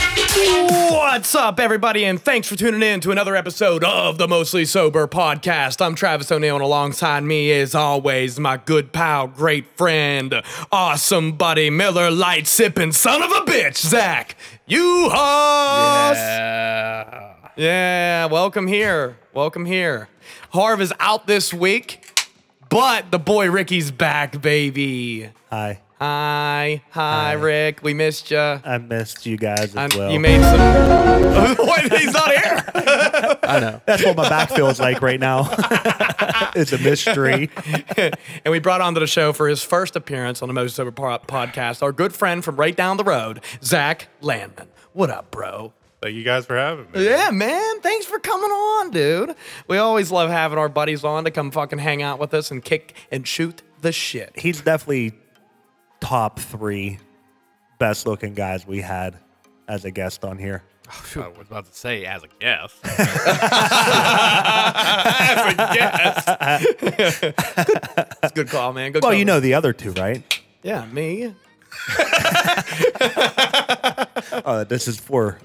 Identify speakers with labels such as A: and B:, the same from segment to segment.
A: What's up, everybody, and thanks for tuning in to another episode of the Mostly Sober Podcast. I'm Travis O'Neill, and alongside me, as always, my good pal, great friend, awesome buddy, Miller Light sipping son of a bitch, Zach. You hoss! Yeah. yeah, welcome here. Welcome here. Harv is out this week, but the boy Ricky's back, baby.
B: Hi.
A: Hi, hi, Rick. We missed you.
B: I missed you guys as
A: I'm-
B: well.
A: You made some. what? He's not here.
B: That's what my back feels like right now. it's a mystery.
A: And we brought onto the show for his first appearance on the Most Sober Po- Podcast our good friend from right down the road, Zach Landman. What up, bro?
C: Thank you guys for having me.
A: Yeah, man. Thanks for coming on, dude. We always love having our buddies on to come fucking hang out with us and kick and shoot the shit.
B: He's definitely top three best looking guys we had as a guest on here.
C: I was about to say as a guest.
A: That's a good call, man. Good
B: Well,
A: call.
B: you know the other two, right?
A: Yeah, me.
B: Uh, this is for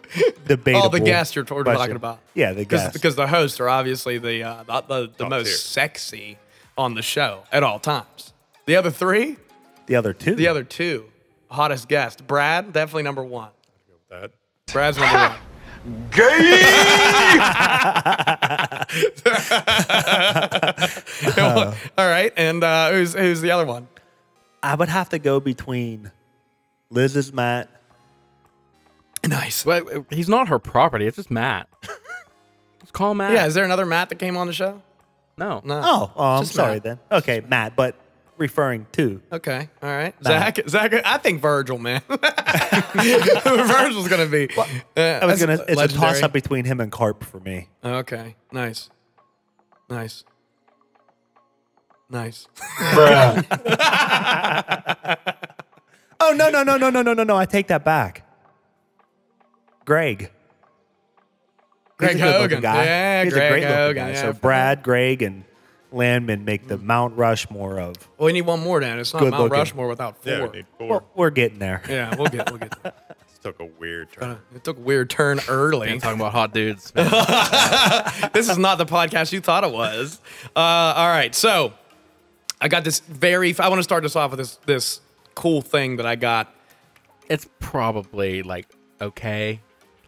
B: debatable.
A: All Oh, the guests you're, we're talking
B: question.
A: about.
B: Yeah, the
A: Because
B: guests.
A: because the hosts are obviously the uh, the, the, the most
C: tier.
A: sexy on the show at all times. The other three,
B: the other two.
A: the other two, hottest guest. Brad, definitely number one.
C: That-
A: Brad's number one. Gay. all right, and uh, who's who's the other one?
B: I would have to go between Liz's Matt.
A: Nice.
D: But he's not her property. It's just Matt. Let's call Matt.
A: Yeah, is there another Matt that came on the show?
D: No.
A: No.
B: Oh, oh I'm
A: Just
B: sorry
A: Matt.
B: then. Okay, Matt, but referring to
A: Okay. All right. Zach. Zach. I think Virgil, man. Virgil's gonna be. yeah,
B: I
A: that's
B: was gonna. It's a
A: legendary.
B: toss up between him and Carp for me.
A: Okay. Nice. Nice. Nice.
B: Oh no no no no no no no no! I take that back. Greg. He's
A: Greg
B: a good-looking
A: Hogan. Yeah, Greg
B: great-looking
A: Hogan, yeah,
B: so
A: for-
B: Brad, Greg, and Landman make the Mount Rushmore of.
A: We need one more down. It's not
B: Good
A: Mount
B: looking.
A: Rushmore without four.
C: yeah, we need four.
B: Well, we're getting there.
A: yeah, we'll get. We'll get. there.
C: This took a weird turn.
A: It took a weird turn early.
D: I'm talking about hot dudes. man.
A: this is not the podcast you thought it was. Uh, all right, so I got this very. I want to start this off with this this cool thing that I got.
D: it's probably like okay.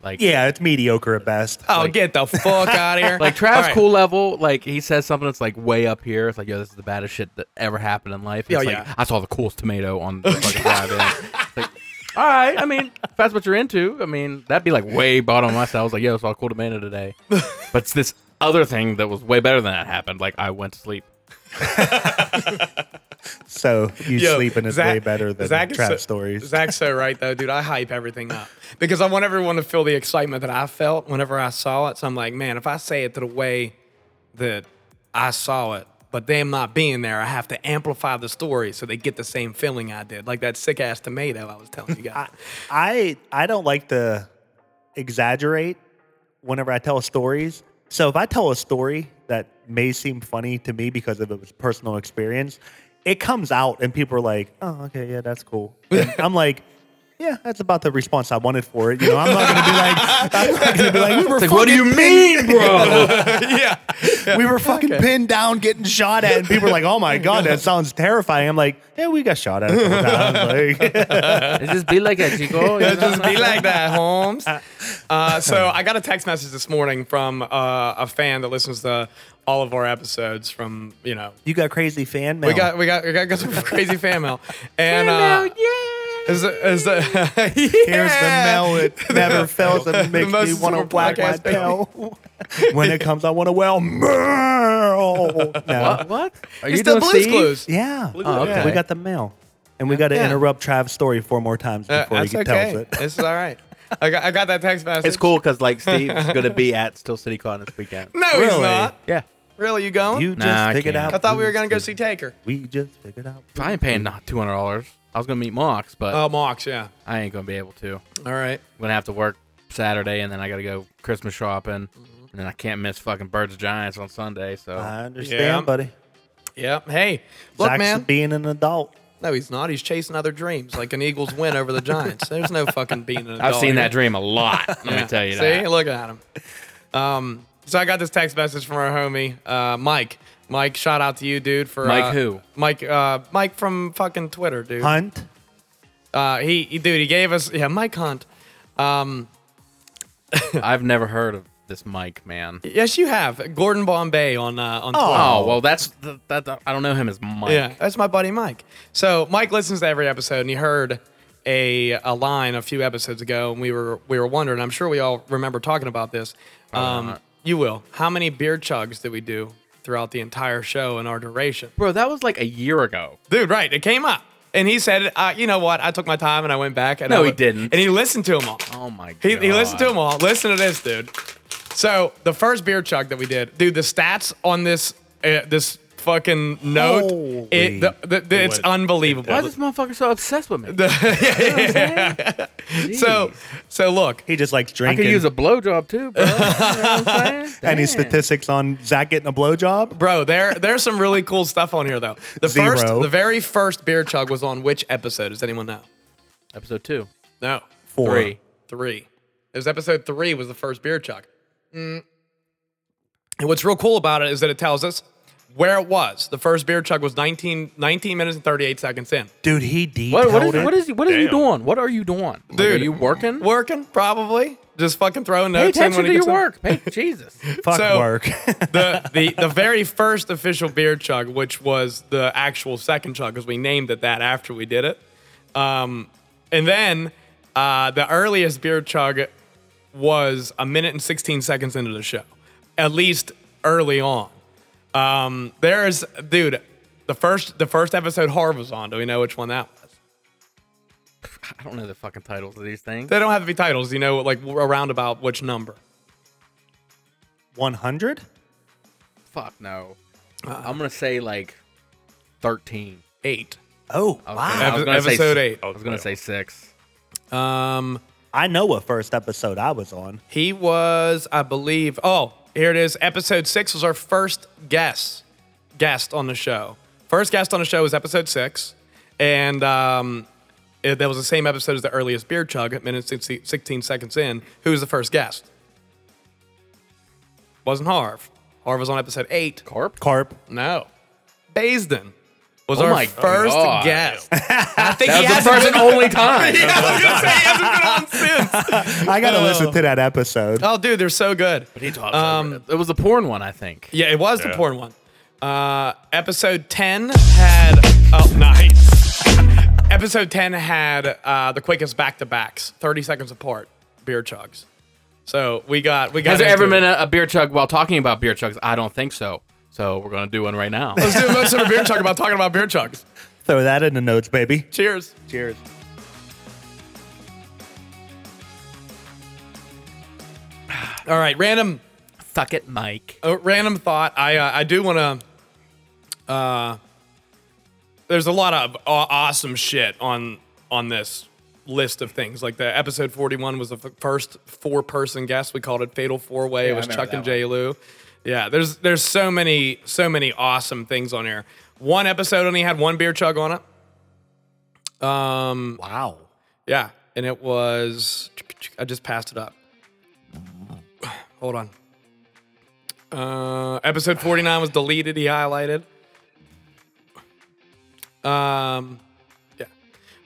D: Like
B: Yeah, it's mediocre at best.
A: Oh,
D: Like-
A: get the fuck out of here!
D: Like
A: All
D: Trav's
A: right.
D: cool level, like he says something that's like way up here. It's like, yo, this is the baddest shit that ever happened in life.
A: Yeah,
D: It's like,
A: Oh, yeah.
D: I saw the coolest tomato on the fucking drive in. Like, all right, I mean, if that's what you're into, I mean, that'd be like way bottom of my style. I was like, yo, I saw a cool tomato today. But it's this other thing that was way better than that happened. Like I went to sleep.
B: So you
A: Yo,
B: sleeping is
A: Zach-
B: way better than
A: Zach is
B: trap
A: so-
B: stories.
A: Zach's so right though, dude. I hype everything up because I want everyone to feel the excitement that I felt whenever I saw it. So I'm like, man, if I say it to the way that I saw it, but them not being there, I have to amplify the story so they get the same feeling I did, like that sick ass tomato I was telling you guys.
B: I I don't like to exaggerate whenever I tell stories. So if I tell a story that may seem funny to me because of it was personal experience, it comes out and people are like, "Oh, okay, yeah, that's cool." And I'm like, "Yeah, that's about the response I wanted for it." You know, I'm not gonna be like, I'm not gonna be like, "We were,
D: Like, what do you mean, bro?
A: yeah,
B: we were fucking pinned down, getting shot at," and people are like, "Oh my god, that sounds terrifying." I'm like, "Yeah, we got shot at." A couple times. Like,
D: It just be like that, Chico.
A: It'll just be like that, Holmes. Uh, so I got a text message this morning from uh, a fan that listens to all of our episodes from you know
B: you got crazy fan mail.
A: We got we got we got some crazy fan mail. And uh, is is
B: Here's the mail. It never fails to make
A: most
B: me want to
A: sober
B: whack my
A: podcast, baby.
B: tail. when it comes, I want to well mail. No.
D: What? what? Are
A: It's the
D: doing
A: Blues
D: Steve?
A: Clues.
B: Yeah.
D: Oh, okay.
B: We got the mail. And we got to
A: Yeah.
B: interrupt Trav's story four more times
A: Uh,
B: before he
A: that's
B: tells
A: okay.
B: it.
A: This is all right. I got, I got that text message.
D: It's cool because like Steve's gonna be at Still City Con this weekend.
A: No, he's
B: Really?
A: not.
D: Yeah,
A: Really, you going?
B: You just
D: Nah, I
B: figured
D: can't.
B: out.
A: I thought we were gonna go see Taker.
B: We just figured out.
D: I ain't paying not two hundred dollars. I was gonna meet Mox, but
A: Oh, Mox, yeah.
D: I ain't gonna be able to.
A: All right.
D: I'm gonna have to work Saturday, and then I gotta go Christmas shopping,
A: Mm-hmm.
D: and then I can't miss fucking Birds Giants on Sunday. So
B: I understand,
A: Yeah.
B: buddy.
A: Yeah. Hey, look,
B: Zach's
A: man.
B: being an adult.
A: No, he's not. He's chasing other dreams, like an Eagles win over the Giants. There's no fucking being an adult.
D: I've seen
A: here.
D: that dream a lot. Let me tell you
A: See,
D: that.
A: look at him. Um, so I got this text message from our homie, uh, Mike. Mike, shout out to you, dude. For
D: Mike
A: uh,
D: who?
A: Mike, uh, Mike from fucking Twitter, dude.
B: Hunt.
A: Uh, he, he, dude, he gave us yeah, Mike Hunt.
D: I've never heard of this Mike man.
A: Yes, you have Gordon Bombay on uh, on Twitter.
D: Oh well, that's th- that, that- I don't know him as Mike.
A: Yeah, that's my buddy Mike. So Mike listens to every episode, and he heard a a line a few episodes ago, and we were we were wondering. I'm sure we all remember talking about this.
D: Uh,
A: Um, you will. How many beer chugs did we do throughout the entire show and our duration?
D: Bro, that was like a year ago.
A: Dude, right? It came up, and he said, uh, "You know what? I took my time and I went back." And
D: No,
A: I
D: he
A: went-
D: didn't.
A: And he listened to them all.
D: Oh my god.
A: He, he listened to them all. Listen to this, dude. So the first beer chug that we did, dude, the stats on this uh, this fucking note, it, the, the, the- it's
C: What?
A: unbelievable.
D: Why is this motherfucker so obsessed with me?
A: so so look,
B: He just likes
D: I
B: drinking.
D: could use a blowjob too, bro. You know what I'm saying?
B: Any
D: Damn.
B: statistics on Zach getting a blowjob?
A: bro, there there's some really cool stuff on here though. The first,
B: Zero.
A: the very first beer chug was on which episode? Does anyone know?
D: Episode two,
A: No,
B: Four.
D: three.
A: three. It was episode three was the first beer chug. Mm. And what's real cool about it is that it tells us where it was. The first beer chug was 19, 19 minutes and 38 seconds in.
B: Dude, he detailed
D: What, what is
B: it.
D: what is what is you
C: Damn.
D: doing? What are you doing, Like,
A: Dude.
D: are you working?
A: Working, probably. Just fucking throwing
D: Pay
A: notes in
D: attention
A: when
D: to
A: he
D: your
A: gets home.
D: work. Pay, Jesus.
B: Fuck
A: so-
B: work.
A: the, the the very first official beer chug, which was the actual second chug, because we named it that after we did it. Um, and then uh, the earliest beer chug was a minute and 16 seconds into the show, at least early on. Um, there's dude, the first the first episode Harv was on. Do we know which one that was?
D: I don't know the fucking titles of these things.
A: They don't have to be titles. You know, like around about which number.
B: 100?
D: Fuck no. I'm gonna say like thirteen.
A: Eight.
B: Oh,
D: I
B: wow.
D: was gonna- I was
A: Epi-
D: gonna say
A: episode
D: si-
A: eight.
D: I was gonna say six.
A: Um.
B: I know what first episode I was on.
A: He was, I believe. Oh, here it is. Episode six was our first guest guest on the show. First guest on the show was episode six, and um, it, that was the same episode as the earliest beer chug at minute 60 sixteen seconds in. Who was the first guest? Wasn't Harv. Harv was on episode eight.
D: Carp.
B: Carp.
A: No, Baisden was
D: Oh
A: our
D: my
A: first
D: God.
A: guest. I think
D: That
A: he
D: was
A: hasn't
D: the first and
A: been-
D: only time.
A: Yeah, I was gonna say he hasn't been on since.
B: I got to listen to that episode.
A: Oh, dude, they're so good.
D: Um, it was the porn one, I think.
A: Yeah, it was the
C: Yeah.
A: porn one. Uh, episode 10 had. Oh, nice. episode 10 had uh, the quickest back to backs, 30 seconds apart, beer chugs. So we got. we got
D: Has there
A: into
D: ever been
A: it.
D: a, a beer chug while talking about beer chugs? I don't think so. So we're gonna do one right now.
A: Let's do, let's do a beer chug about talking about beer chugs.
B: Throw that in the notes, baby.
A: Cheers.
B: Cheers.
A: All right, random
D: Suck it, Mike.
A: a random thought. I uh, I do want to. Uh, there's a lot of aw- awesome shit on on this list of things. Like the episode 41 was the f- first four person guest. We called it Fatal Four Way.
D: Yeah,
A: it
D: I
A: was
D: remember
A: Chuck and
D: that one.
A: J Lou. Yeah, there's there's so many so many awesome things on here. One episode only had one beer chug on it.
B: Wow.
A: Yeah, and it was I just passed it up. Hold on. Uh, episode 49 was deleted, he highlighted. Um yeah.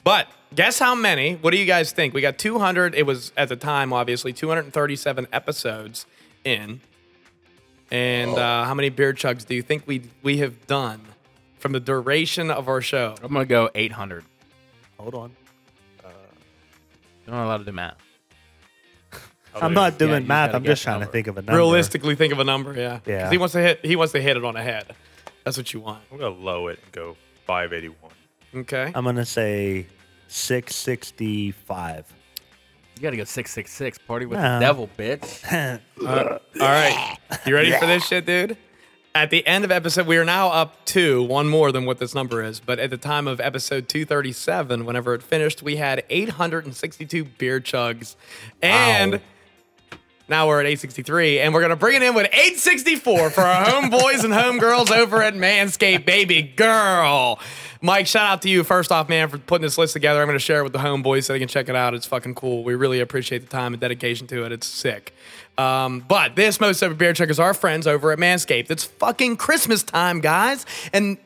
A: But guess how many? What do you guys think? We got 200 it was at the time obviously 237 episodes in. And uh, how many beer chugs do you think we we have done from the duration of our show?
D: I'm gonna go 800.
B: Hold on.
D: You're not allowed to do math.
B: I'm not
D: Oh, Yeah,
B: doing
D: you
B: math.
D: gotta
B: I'm just
D: guess
B: trying
D: number.
B: to think of a number.
A: realistically think of a number. Yeah. 'Cause
B: Yeah.
A: He wants to hit. He wants to hit it on a head. That's what you want.
C: I'm gonna low it and go 581.
B: Um,
A: Okay.
B: I'm going to say 665.
D: You gotta go six six six. Party with
B: No.
D: the devil, bitch.
A: All right. You ready for this shit, dude? At the end of episode, we are now up to one more than what this number is. But at the time of episode 237, whenever it finished, we had 862 beer chugs. And now we're at 863. And we're going to bring it in with 864 for our homeboys and homegirls over at Manscaped, baby girl. Mike, shout out to you first off, man, for putting this list together. I'm going to share it with the homeboys so they can check it out. It's fucking cool. We really appreciate the time and dedication to it. It's sick. Um, but this most sober beer check is our friends over at Manscaped. It's fucking Christmas time, guys. And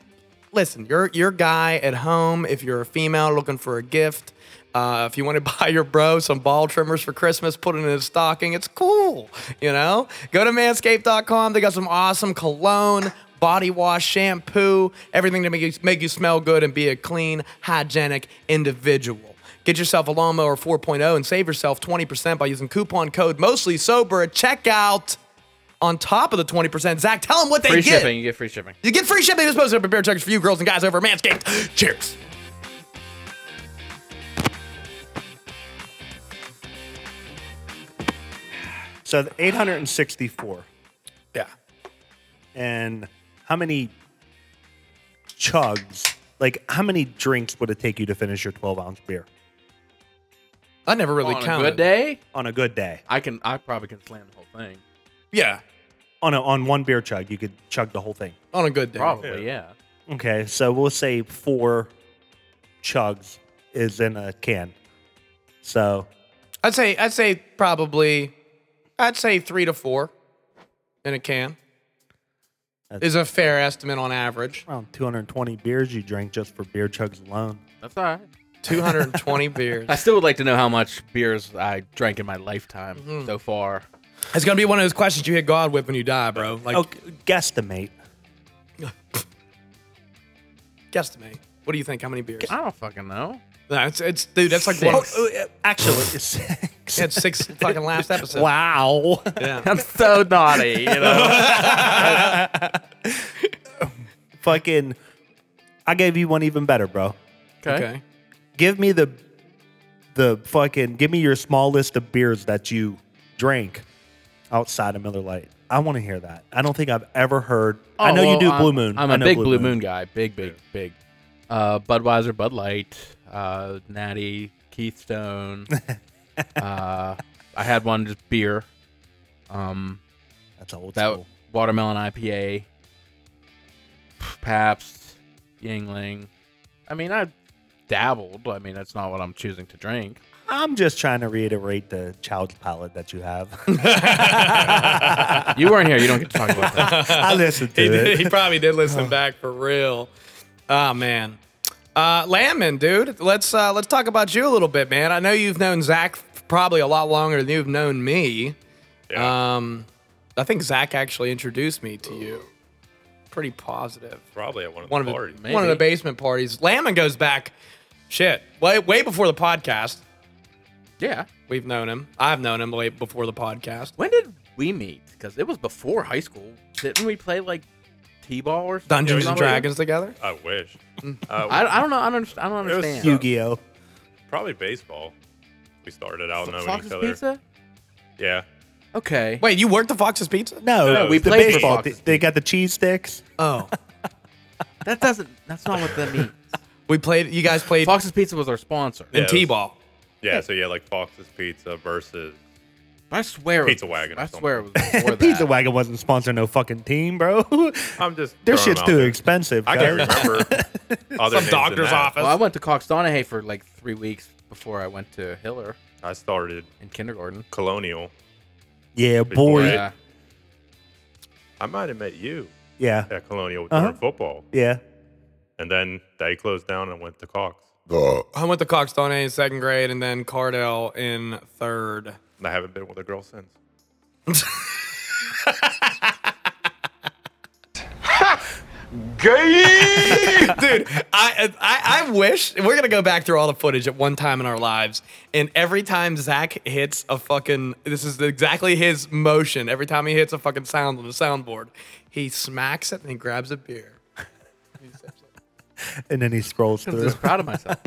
A: listen, you're your guy at home, if you're a female looking for a gift, uh, if you want to buy your bro some ball trimmers for Christmas, put it in his stocking. It's cool, you know. Go to manscaped.com. They got some awesome cologne, body wash, shampoo, everything to make you make you smell good and be a clean, hygienic individual. Get yourself a lawnmower 4.0 and save yourself 20% by using coupon code mostly sober at checkout. On top of the 20%, Zach, tell them what they
D: Free
A: get.
D: shipping. You get free shipping.
A: You get free shipping disposed of beer checkers for you girls and guys over at Manscaped. Cheers.
B: So the 864.
A: Yeah.
B: And how many chugs, like how many drinks would it take you to finish your 12 ounce beer
A: I never really
D: On a
A: counted.
D: good day,
B: on a good day?
D: I can. I probably can slam the whole thing.
A: Yeah.
B: On, a, on one beer chug, you could chug the whole thing.
A: On a good day.
D: Probably, yeah.
B: Okay, so we'll say four chugs is in a can. So
A: I'd say I'd say probably I'd say three to four in a can.
B: That's-
A: Is a fair estimate on average.
B: around 220 beers you drank just for beer chugs alone.
D: That's all right.
A: 220 beers.
D: I still would like to know how much beers I drank in my lifetime so far.
A: It's gonna be one of those questions you hit God with when you die, bro. Like
B: Oh, guesstimate.
A: guesstimate. What do you think? How many beers?
D: I don't fucking know.
A: No, it's, it's dude. That's like
D: Six.
A: one.
B: Oh, uh, actually, six.
A: We had six fucking last episode.
B: Wow.
A: Yeah.
D: I'm so naughty, you know.
B: Fucking, I gave you one even better, bro.
A: Okay.
B: Give me the, the fucking, give me your small list of beers that you drank outside of Miller Lite. I want to hear that. I don't think I've ever heard. I
D: Oh,
B: know you
D: well,
B: do
D: I'm-
B: Blue Moon.
D: I'm
B: I
D: a
B: know
D: big Blue, Moon. guy. Big, big, big. Uh, Budweiser, Bud Light, uh, Natty, Keystone. uh, I had one just beer. Um,
B: That's old
D: that
B: school.
D: watermelon IPA. Pabst, Yingling. I mean, I dabbled. I mean, that's not what I'm choosing to drink.
B: I'm just trying to reiterate the child's palate that you have.
D: You weren't here. You don't get to talk about that.
B: I listened to
A: he, did,
B: it.
A: he probably did listen back for real. Oh man, uh, Landman, dude. Let's uh, let's talk about you a little bit, man. I know you've known Zach probably a lot longer than you've known me. Um, I think Zach actually introduced me to you. Pretty positive.
C: Probably at one of the
A: One of
C: parties.
A: the, one of the basement parties. Landman goes back, shit, way way before the podcast.
D: Yeah.
A: We've known him. I've known him way before the podcast.
D: When did we meet? Because it was before high school. Didn't we play like t-ball or something?
A: Dungeons
C: Yeah,
A: and
C: we-
A: Dragons together.
C: I wish.
D: I,
C: Uh,
D: I don't know. I don't. underst- I don't
C: It was-
D: understand.
B: Yu-Gi-Oh.
C: probably baseball. We started out
D: Fo-
C: knowing
D: Fox's
C: each other.
D: Pizza.
C: Yeah.
D: Okay.
A: Wait, you worked at Fox's Pizza?
B: No,
C: No, we
B: the
D: played for
B: baseball.
D: Foxes.
B: They- They got the cheese sticks.
A: Oh,
D: That doesn't. That's not what that means.
A: we played. You guys played
D: Fox's Pizza was our sponsor.
A: in
C: Yeah, it was-
A: T-ball.
C: Yeah. So yeah, like Fox's Pizza versus
D: I swear. it was-
C: Pizza Wagon or
D: I
C: something.
D: swear it was before that.
B: Pizza Wagon wasn't sponsoring no fucking team, bro.
C: I'm just.
B: Their shit's
C: throwing them out
B: too
C: there.
B: expensive.
C: I can't
B: guys.
C: remember. other names
A: Some
C: than
A: doctor's
C: that.
A: office.
D: Well, I went to Cox Donahay for like three weeks before I went to Hiller
C: I started
D: in kindergarten.
C: Colonial.
B: Yeah,
C: Before
B: boy. Yeah,
C: it-
D: Yeah.
C: I might have met you
B: yeah.
C: at Colonial
B: Uh-huh.
C: during football, and then they closed down and went to Cox.
A: I went to Coxstone in second grade and then Cardell in third.
C: And I haven't been with a girl since.
A: Dude, I, I I wish we're gonna go back through all the footage at one time in our lives, and every time Zach hits a fucking this is exactly his motion. Every time he hits a fucking sound on the soundboard, he smacks it and he grabs a beer.
B: And then he scrolls
D: I'm
B: through.
D: just proud of myself.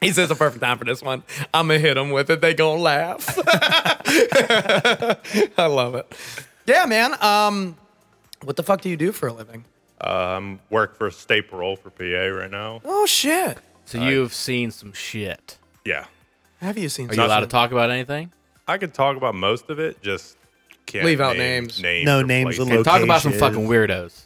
A: He says the perfect time for this one. I'm gonna hit them with it. They gonna laugh. I love it. Yeah, man. Um, what the fuck do you do for a living?
C: Um, work for state parole for PA right now.
A: Oh shit.
D: So you've seen some shit.
C: Yeah,
A: Have you seen?
D: Are you allowed to
A: something?
D: talk about anything?
C: I could talk about most of it. Just can't
A: Leave out
C: name-
A: names.
B: No
C: or
B: names
C: places.
B: alone.
D: Talk about some
B: Locations.
D: fucking weirdos.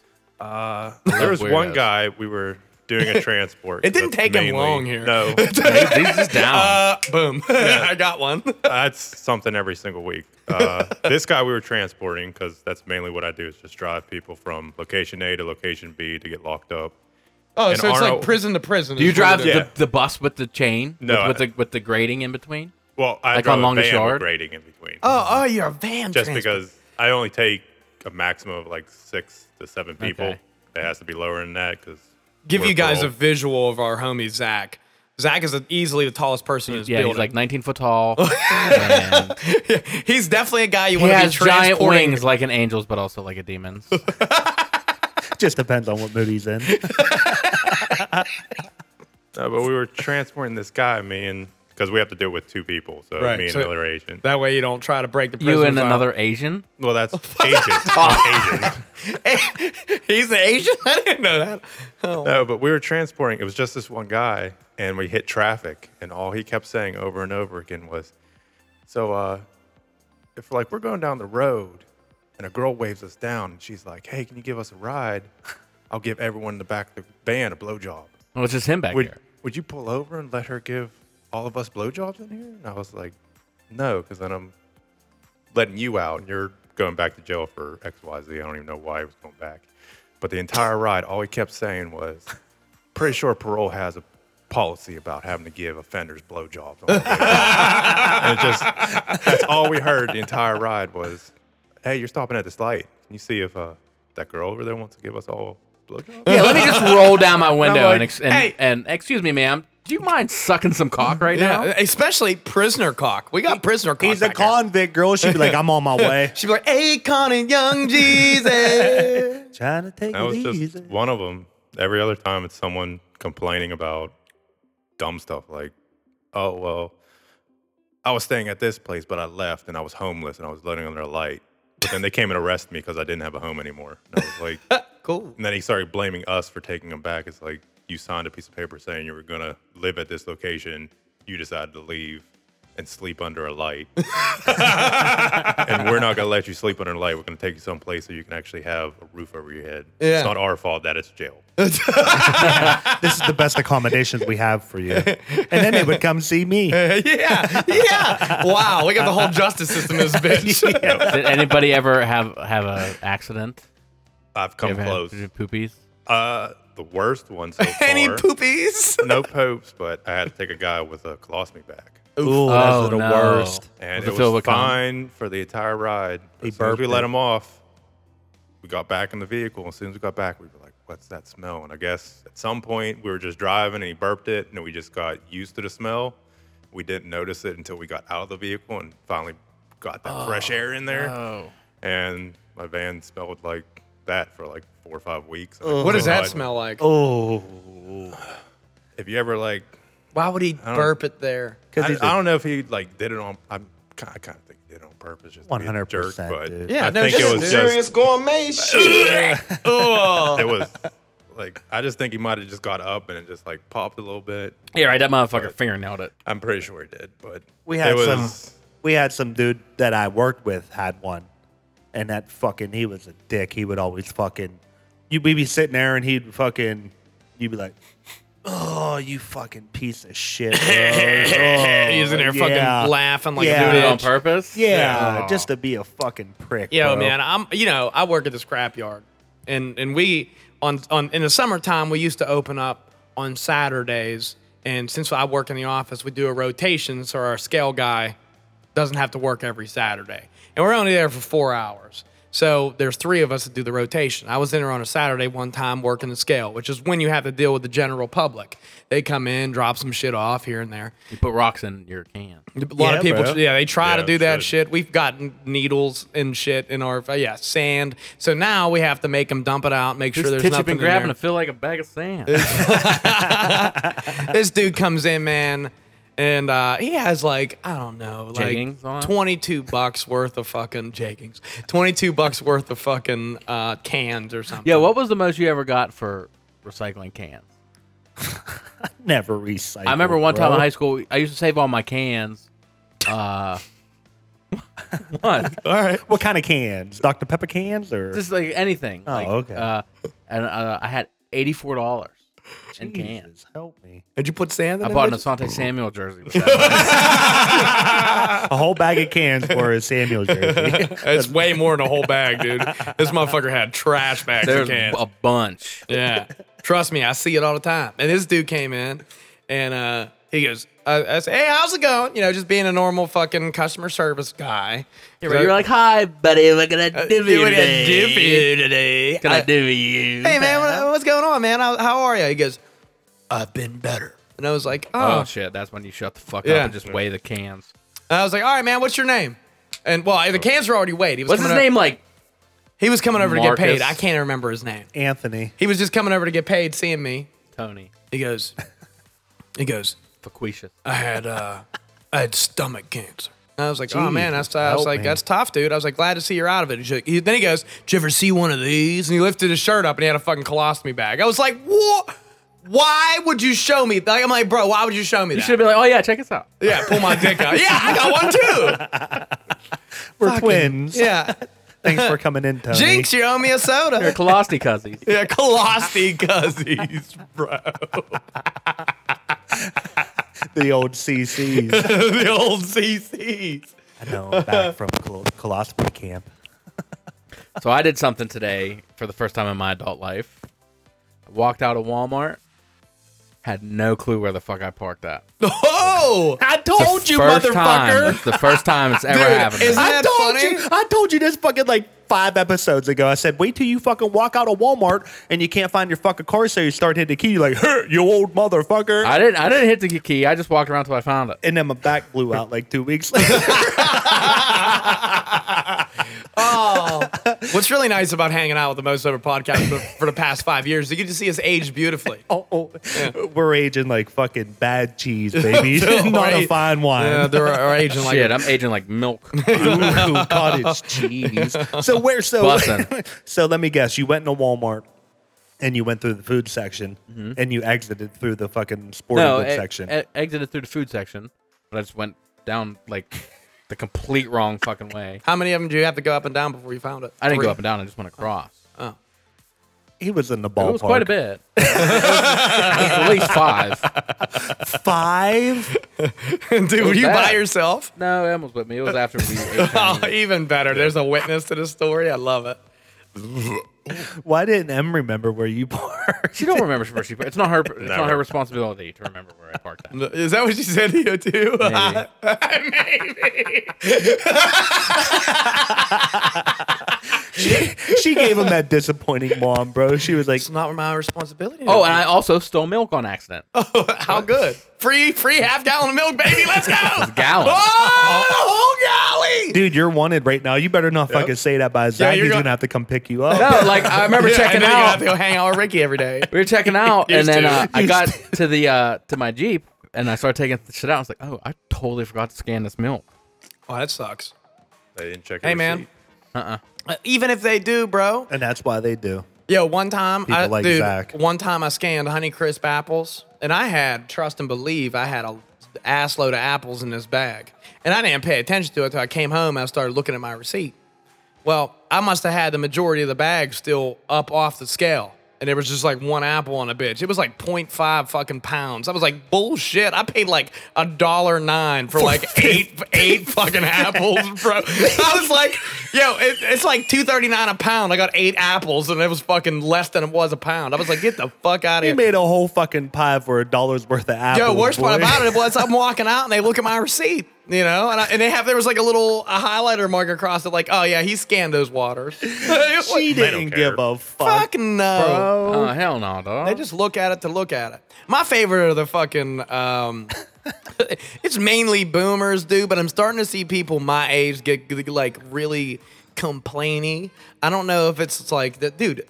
C: There was
D: Weirdos.
C: one guy we were doing a transport.
A: It didn't
C: That's
A: take him
C: mainly-
A: long here.
C: No,
D: He's just down.
A: Uh, boom. I got one.
C: that's something every single week. Uh, this guy we were transporting because that's mainly what I do is just drive people from location A to location B to get locked up.
A: Oh,
C: And
A: so it's like
C: Arnold-
A: prison to prison.
D: do you
A: is what
D: drive
A: it is.
C: Yeah.
D: the, the bus with the chain? With,
C: No,
D: with
C: I-
D: the with the grading in between?
C: Well, I
D: Like
C: drove
D: on
C: a
D: Longest
C: van with
D: Yard?
C: grading in between.
A: Oh, oh, you're a van.
C: just
A: transport.
C: because I only take a maximum of like six to seven people.
D: Okay.
C: It has to be lower than that because
A: Give you guys a
C: parole.
A: visual of our homie Zach. Zach is easily the tallest person in this
D: Yeah,
A: building.
D: he's like 19 foot tall. and
A: He's definitely a guy you
D: he
A: want to be
D: has giant
A: transporting.
D: wings like an angel's, but also like a demon's.
B: Just depends on what mood he's in.
C: No, but we were transporting this guy, me and because we have to deal with two people, so
A: Right,
C: me and
A: so-
C: another agent.
A: That way you don't try to break the prison.
D: you and
A: file.
D: another Asian?
C: well, that's agent, not agent.
A: He's an Asian. I didn't know that. Oh.
C: No, but we were transporting. It was just this one guy, and we hit traffic, and all he kept saying over and over again was, "So, uh, if like we're going down the road, and a girl waves us down, and she's like, "Hey, can you give us a ride? I'll give everyone in the back of the van a blowjob."
D: Well, it's just him back
C: Would
D: here.
C: Would you pull over and let her give all of us blowjobs in here? And I was like, "No," because then I'm letting you out, and you're going back to jail for X, Y, Z. I don't even know why he was going back. But the entire ride, all he kept saying was, "Pretty sure parole has a policy about having to give offenders blowjobs." On the way out." and it just that's all we heard the entire ride was, "Hey, you're stopping at this light. Can you see if uh, that girl over there wants to give us all blowjobs?"
D: Yeah, let me just roll down my window
C: like,
D: and, ex- and,
A: hey.
D: and excuse me, ma'am. Do you mind sucking some cock right now?
A: Yeah, especially prisoner cock. We got prisoner cock.
B: He's a
A: back here.
B: convict girl. She'd be like, I'm on my way.
A: She'd be like, Akon and Young Jesus.
B: Trying to take
C: That
B: it
C: was
B: easy.
C: just one of them. Every other time, it's someone complaining about dumb stuff like, "Oh well, I was staying at this place, but I left and I was homeless and I was living under a light." But then they came and arrested me because I didn't have a home anymore. And I was like,
A: cool.
C: and then he started blaming us for taking him back. It's like you signed a piece of paper saying you were gonna live at this location. You decided to leave and sleep under a light, and we're not gonna let you sleep under a light. We're gonna take you someplace so you can actually have a roof over your head.
A: Yeah.
C: It's not our fault that it's jail.
B: this is the best accommodations we have for you. And then they would come see me.
A: yeah, yeah. Wow, we got the whole justice system in this bitch.
D: Did anybody ever have have a accident?
C: I've come
D: Ever had
C: close.
D: Poopies.
C: Uh, the worst one so far.
A: Any poopies?
C: no popes, but I had to take a guy with a colostomy bag.
B: Ooh,
D: Oh,
B: that's the
D: no.
B: worst.
C: And
D: Was it
C: it
D: filled
C: was
D: with cum?
C: fine for the entire ride.
B: He
C: As soon as we
B: burped
C: let
B: it.
C: him off, we got back in the vehicle. As soon as we got back, we were like, what's that smell? And I guess at some point we were just driving and he burped it and we just got used to the smell. We didn't notice it until we got out of the vehicle and finally got that
B: Oh,
C: fresh air in there. And my van smelled like that for like four or five weeks. And I
A: What does that
C: realized-
A: smell like?
B: Oh,
C: If you ever like
A: Why would he burp it there?
C: I,
B: because
C: I don't know if he like did it on. I'm, I kind of think he did it on purpose, just one
B: 100%,
C: hundred percent. But
B: dude.
A: Yeah,
C: I
A: no
C: think
A: shit,
C: it was
A: dude.
C: just
E: gourmet shit.
C: it was like I just think he might have just got up and it just like popped a little bit.
D: Yeah, right. That motherfucker fingernailed it.
C: I'm pretty sure he did, but
B: we had
C: it was
B: some. We had some dude that I worked with had one, and that fucking he was a dick. He would always fucking you'd be sitting there and he'd fucking you'd be like, oh you fucking piece of shit. bro. Oh,
A: He's in there
B: yeah.
A: fucking laughing like
B: Yeah.
A: a
D: Did it
A: bitch.
D: on purpose?
B: Yeah,
D: Oh.
B: just to be a fucking prick.
A: Yo,
B: bro.
A: man, I'm you know I work at the scrapyard, and and we on on in the summertime we used to open up on Saturdays, and since I work in the office, we do a rotation, so our scale guy doesn't have to work every Saturday, and we're only there for four hours. So there's three of us that do the rotation. I was in there on a Saturday one time working the scale, which is when you have to deal with the general public. They come in, drop some shit off here and there.
D: You put rocks in your can.
A: A lot of
B: Yeah,
A: people,
B: bro.
A: yeah, they try to
C: Yeah,
A: do that
C: should.
A: shit. We've gotten needles and shit in our, uh, yeah, sand. So now we have to make them dump it out, make sure
D: This
A: there's
D: titch
A: nothing
D: you've been
A: in
D: grabbing
A: there.
D: to feel like a bag of sand.
A: this dude comes in, man, and uh, he has like I don't know,
D: Jeggings on?
A: like twenty two bucks worth of fucking jeggings, twenty two bucks worth of fucking uh, cans or something.
D: yeah, what was the most you ever got for recycling cans?
B: Never recycle.
D: I remember one time
B: bro.
D: in high school, I used to save all my cans. Uh, what?
B: What kind of cans? Dr. Pepper cans or?
D: Just like anything. Oh, like,
B: okay.
D: Uh, and uh, I had eighty-four dollars in cans.
B: Jesus, help me.
A: Did you put sand? In
D: I
A: it?
D: bought an Asante Samuel jersey. with that.
B: A whole bag of cans for a Samuel jersey.
A: It's way more than a whole bag, dude. This motherfucker had trash bags of
D: There's
A: cans.
D: a bunch.
A: Yeah. Trust me, I see it all the time. And this dude came in and uh, he goes, I, I said, hey, how's it going? You know, just being a normal fucking customer service guy.
D: You're like, hi, buddy. We're gonna
A: Uh,
D: divvy
A: doing
D: today.
A: a divvy today.
D: Gonna
A: I-
D: divvy you.
A: hey, man, what, what's going on, man? How, how are you? He goes, I've been better. And I was like,
D: Oh
A: oh.
D: shit! That's when you shut the fuck
A: Yeah.
D: up and just weigh the cans.
A: And I was like, all right, man, what's your name? And well, the cans were already weighed. He was
D: What's his
A: coming o-
D: name like?
A: He was coming over to get paid.
D: Marcus?
A: I can't remember his name.
B: Anthony.
A: He was just coming over to get paid, seeing me.
D: Tony
A: He goes, he goes,
D: Faquisha.
A: I had uh, I had stomach cancer. And I was like, oh man, that's I was
B: help
A: like,
B: me.
A: that's tough, dude. I was like, glad to see you're out of it. He's like- he- then he goes, did you ever see one of these? And he lifted his shirt up and he had a fucking colostomy bag. I was like, what? Why would you show me? Like, I'm like, bro, why would you show me
D: You
A: that?
D: should be like, oh yeah, check us out.
A: yeah, pull my dick out. Yeah, I got one too.
B: We're twins.
A: Yeah,
B: Thanks for coming in, Tony.
A: Jinx, you owe me a soda.
D: Colosty cuzzies.
A: Yeah, colostomy cuzzies, bro.
B: The old CCs.
A: the old CCs.
B: I know. I'm back from col- colostomy camp.
D: So I did something today for the first time in my adult life. I walked out of Walmart, had no clue where the fuck I parked at.
A: Oh, I told you,
D: First time,
A: motherfucker.
D: it's the first time it's ever
A: Dude,
D: happened.
A: is- Isn't
B: I
A: that
B: told
A: funny?
B: you. I told you this fucking like five episodes ago. I said, wait till you fucking walk out of Walmart and you can't find your fucking car, so you start hitting the key. You're like, "Huh, you old motherfucker.
D: I didn't. I didn't hit the key. I just walked around till I found it.
B: and then my back blew out like two weeks later.
A: What's really nice about hanging out with the Most Sober podcast for, for the past five years is you get to see us age beautifully.
B: oh, oh. We're aging like fucking bad cheese, baby. Not a
A: Right.
B: fine wine.
A: Yeah, they're our age and like
D: Shit, I'm aging like milk.
B: Ooh, cottage cheese. So where so
D: Bussin'.
B: so let me guess, you went into Walmart and you went through the food section and you exited through the fucking sporting
D: Mm-hmm. no,
B: goods
D: e-
B: section.
D: e- exited through the food section, but I just went down like the complete wrong fucking way.
A: How many of them do you have to go up and down before you found it?
D: I didn't
A: Three.
D: go up and down. I just went across.
B: he was in the
D: It
B: ballpark.
D: was quite a bit. It was at least five.
B: Five.
A: Dude, were you by
D: bad.
A: yourself?
D: No, Em was with me. It was after we. Ate
A: Oh,
D: Chinese.
A: even better. There's a witness to the story. I love it.
B: Why didn't Em remember where you parked?
D: She don't remember where she. It's not her. It's not her responsibility to remember where I parked at.
A: Is that what you said to you too?
D: Maybe.
B: she gave him that disappointing mom, bro. She was like,
A: it's not my responsibility.
D: Oh, and I also stole milk on accident.
A: how good? Free, free half gallon of milk, baby. Let's go.
D: Gallon.
A: Oh, the whole galley.
B: dude, you're wanted right now. You better not fucking say that by Zach.
A: you're
B: He's
A: gonna-
B: gonna have to come pick you up.
D: No, like I remember
A: Yeah,
D: checking
A: and then You have
D: out.
A: to go hang out with Ricky every day.
D: We were checking out, and
A: Used
D: then
A: to.
D: uh, I got to the uh, to my jeep, and I started taking the shit out. I was like, "Oh, I totally forgot to scan this milk."
A: Oh, that sucks.
C: I didn't check.
A: Hey,
C: a
A: man.
C: receipt.
D: Uh-uh.
A: Uh, even if they do, bro,
B: And that's why they do.
A: Yo, one time, I,
B: like
A: dude,
B: Zach.
A: one time I scanned Honeycrisp apples, and I had trust and believe I had a ass load of apples in this bag, and I didn't pay attention to it until I came home. and I started looking at my receipt. Well, I must have had the majority of the bag still up off the scale. And there was just like one apple on a bitch. It was like 0.5 fucking pounds. I was like, bullshit. I paid like a dollar nine for like eight eight fucking apples, bro. I was like, yo, it, it's like two thirty nine a pound. I got eight apples and it was fucking less than it was a pound. I was like, get the fuck out of
B: He
A: here.
B: made a whole fucking pie for a dollar's worth of apples.
A: Yo, worst part
B: boy.
A: about it was I'm walking out and they look at my receipt. You know, and, I, and they have there was like a little a highlighter mark across it, like, oh yeah, he scanned those waters.
B: She
C: They don't
B: didn't
C: care.
B: give a fuck,
A: Fuck no.
B: bro.
D: Uh, hell no, dog.
A: Oh. They just look at it to look at it. My favorite are the fucking. Um, it's mainly boomers, dude. But I'm starting to see people my age get, get, like really complainy. I don't know if it's like that, dude.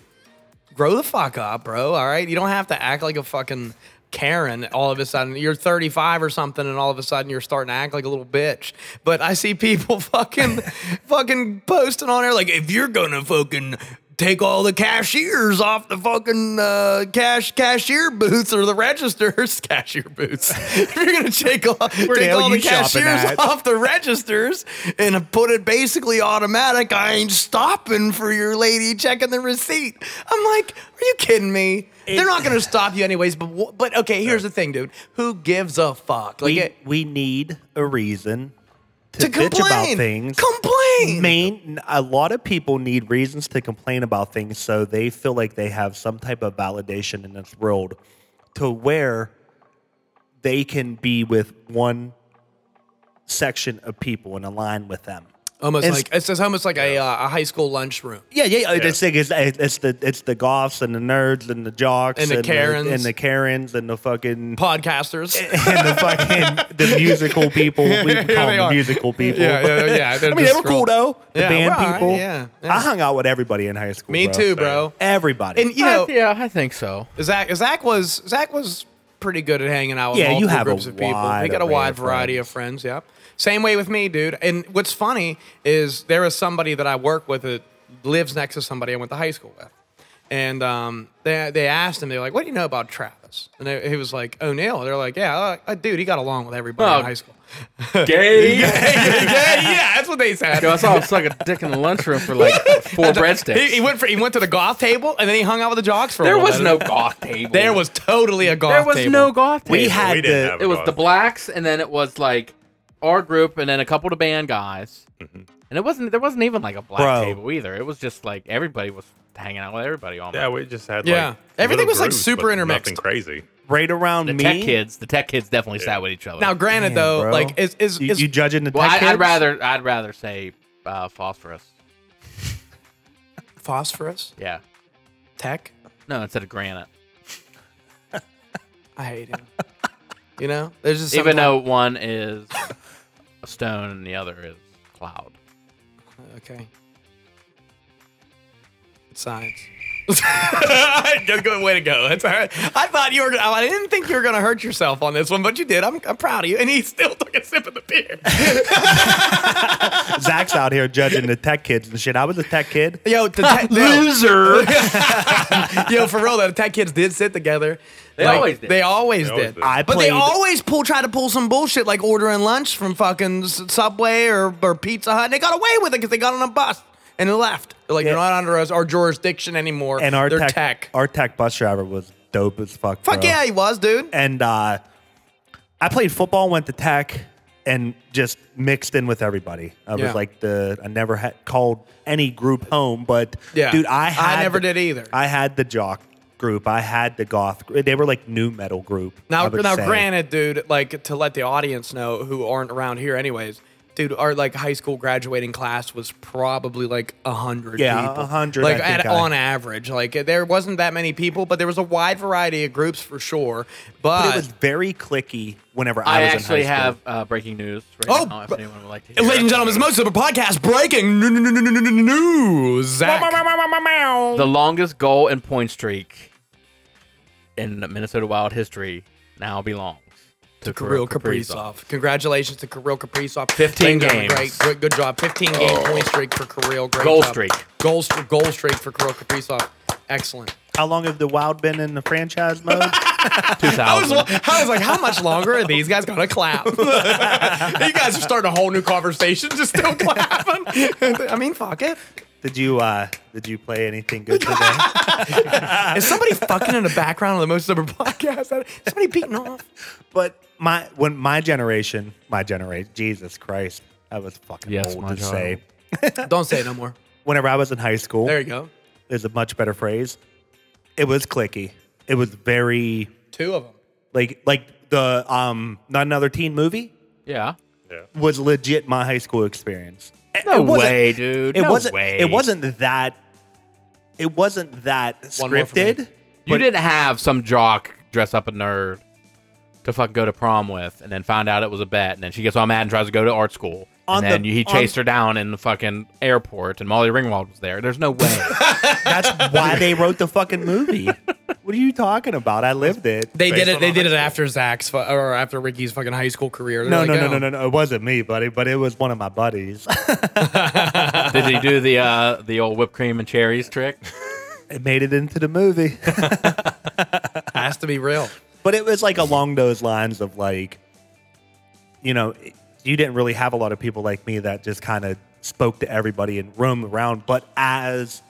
A: Grow the fuck up, bro. All right, you don't have to act like a fucking Karen. All of a sudden, you're 35 or something, and all of a sudden you're starting to act like a little bitch. But I see people fucking, fucking posting on there like, if you're gonna fucking take all the cashiers off the fucking uh, cash cashier booths or the registers cashier booths. if you're gonna take all,
B: the
A: take
B: hell
A: all the
B: you shopping
A: cashiers
B: at?
A: off the registers and put it basically automatic, I ain't stopping for your lady checking the receipt. I'm like, are you kidding me? They're not gonna stop you anyways. But wh- but okay, here's the thing, dude. Who gives a fuck? Like
B: We,
A: it-
B: we need a reason to,
A: to
B: bitch
A: complain
B: about things.
A: Complain.
B: Main, a lot of people need reasons to complain about things so they feel like they have some type of validation in this world to where they can be with one section of people and align with them.
A: Almost
B: It's-
A: like it's just almost like a, uh, a high school lunchroom.
B: Yeah, yeah, yeah. It's, like- it's, it's the it's the goths and the nerds and the jocks
A: And the Karens.
B: and the Karens and the fucking
A: Podcasters.
B: and the fucking the musical people. We call
A: they
B: them the
A: are.
B: musical people.
A: Yeah, yeah, yeah,
B: I
A: they're
B: mean, they
A: just
B: were cool
A: scroll-
B: though. The
A: Yeah,
B: band
A: well, all right,
B: people.
A: yeah,
B: I
A: yeah.
B: hung out with everybody in high school.
A: Me
B: bro.
A: too, bro.
B: Everybody.
A: And you know,
D: I- yeah, I think so.
A: Zach Zach was Zach was pretty good at hanging out with
B: Yeah, you
A: multiple
B: have a
A: groups of people.
B: wide
A: He got a
B: array
A: wide
B: of
A: variety of friends. Yep. Same way with me, dude. And what's funny is there is somebody that I work with that lives next to somebody I went to high school with, and um, they they asked him. They're like, "What do you know about Travis?" And they- he was like, "O'Neill." They're like, "Yeah, uh, dude, he got along with everybody
D: Oh.
A: in high school."
D: Gay. Yo,
A: yeah, yeah, that's what they said.
D: I saw him suck a dick in the lunchroom for like four breadsticks.
A: He, he went for he went to the goth table and then he hung out with the jocks for a
D: there
A: little
D: was
A: bit.
D: no goth table.
A: There was totally a goth
D: there was
A: table.
D: no goth table.
B: we had
C: we didn't
B: the
C: have
D: it was
C: goth.
D: the blacks, and then it was like our group, and then a couple of band guys.
A: Mm-hmm.
D: And it wasn't there wasn't even like a black
B: Bro.
D: table either. It was just like everybody was hanging out with everybody on
C: Yeah, we just had
A: Yeah.
C: like
A: Everything
C: little
A: was, like,
C: groups,
A: super
C: but
A: intermixed.
C: Nothing crazy.
B: right around
D: the
B: me.
D: tech kids. The tech kids definitely sat with each other.
A: Now, granted,
B: Man,
A: though,
B: bro.
A: like is is,
B: You,
A: is
B: you judging the
D: well,
B: tech
D: I,
B: kids?
D: I'd rather I'd rather say uh, phosphorus.
A: phosphorus
D: Yeah,
A: tech?
D: no, instead of granite.
A: I hate him. you know, there's just
D: Even
A: sometime-
D: though one is a stone and the other is cloud.
A: okay, it's science. Good good way to go. That's all right. I thought you were. gonna- I didn't think you were going to hurt yourself on this one, but you did. I'm, I'm proud of you. And he still took a sip of the beer.
B: Zach's out here judging the tech kids and shit. I was a tech kid.
A: Yo, the tech, yo,
D: Loser.
A: yo, for real though, the tech kids did sit together. They
D: always did.
A: They always
C: always
A: did.
C: did.
B: I
A: But
B: played.
A: they always pull try to pull some bullshit like ordering lunch from fucking S- Subway or, or Pizza Hut. And they got away with it because they got on a bus and left. They're like,
B: Yeah.
A: you're not under us, our jurisdiction anymore.
B: and our
A: They're
B: tech,
A: tech.
B: our tech bus driver was dope as fuck.
A: Fuck
B: bro.
A: yeah, he was, dude.
B: and uh, I played football, went to tech, and just mixed in with everybody. I
A: Yeah.
B: was like the I never had called any group home, but
A: Yeah.
B: dude, I
A: I
B: had
A: never did either.
B: I had the jock group, I had the goth. gr- They were like new metal group. I
A: Now,
B: would
A: now,
B: say.
A: granted, dude, like to let the audience know who aren't around here, anyways. Dude, our like high school graduating class was probably like a hundred.
B: Yeah,
A: people.
B: 100,
A: Like
B: I think
A: at,
B: I-
A: on average, like there wasn't that many people, but there was a wide variety of groups for sure. But,
B: But it was very clicky. Whenever I,
D: I,
B: was
D: actually
B: in high school.
D: have uh, breaking news right
A: Oh,
D: now. If
A: br-
D: anyone would like to hear
A: And Ladies and
D: it.
A: gentlemen, it's most of a podcast breaking n- n- n- n- n- n- news. Zach.
D: the longest goal and point streak in Minnesota Wild history now belongs to,
A: Kirill Kaprizov. Congratulations to Kirill Kaprizov. 15
D: games.
A: Great, good, good job. 15 game
B: Oh.
A: point streak for Kirill. Great
D: Goal
A: job.
D: streak.
A: Goal, str- goal streak for Kirill Kaprizov. Excellent.
B: How long have the Wild been in the franchise mode?
D: Two thousand.
A: I was like, how much longer are these guys going to clap? you guys are starting a whole new conversation, just still clapping. I mean, fuck it.
B: did you uh, Did you play anything good today?
A: Is somebody fucking in the background of the Most Sober podcast? Is somebody beating off?
B: But my when my generation, my generation, Jesus Christ, that was fucking
D: Yes,
B: old
D: my
B: to
D: child.
B: say.
A: Don't say it no more.
B: Whenever I was in high school,
A: There you go.
B: is a much better phrase. It was clicky. It was very
A: Two of them.
B: like like the um not another teen movie.
D: Yeah.
C: Yeah.
B: was legit my high school experience. It-
D: No
B: it wasn't-
D: way, dude.
B: It
D: No
B: wasn't.
D: way.
B: It wasn't that. It wasn't that
A: One more for me.
B: scripted.
D: You didn't have some jock dress up a nerd to fucking go to prom with, and then find out it was a bet, and then she gets all mad and tries to go to art school,
B: On
D: and then
B: the-
D: you- he
B: on-
D: chased her down in the fucking airport, and Molly Ringwald was there. There's no way.
B: That's why they wrote the fucking movie. What are you talking about? I lived it.
A: They
C: Based
A: did it.
C: on
A: They
C: a
A: did
C: high
A: it after Zach's fu- or after Ricky's fucking high school career. They're
B: No,
A: like,
B: no, no,
A: "Oh."
B: no, no, no. It wasn't me, buddy, but it was one of my buddies.
D: Did he do the uh, the old whipped cream and cherries trick?
B: it made it into the movie.
A: Has to be real.
B: But it was like along those lines of like, you know, you didn't really have a lot of people like me that just kind of spoke to everybody and roamed around. But as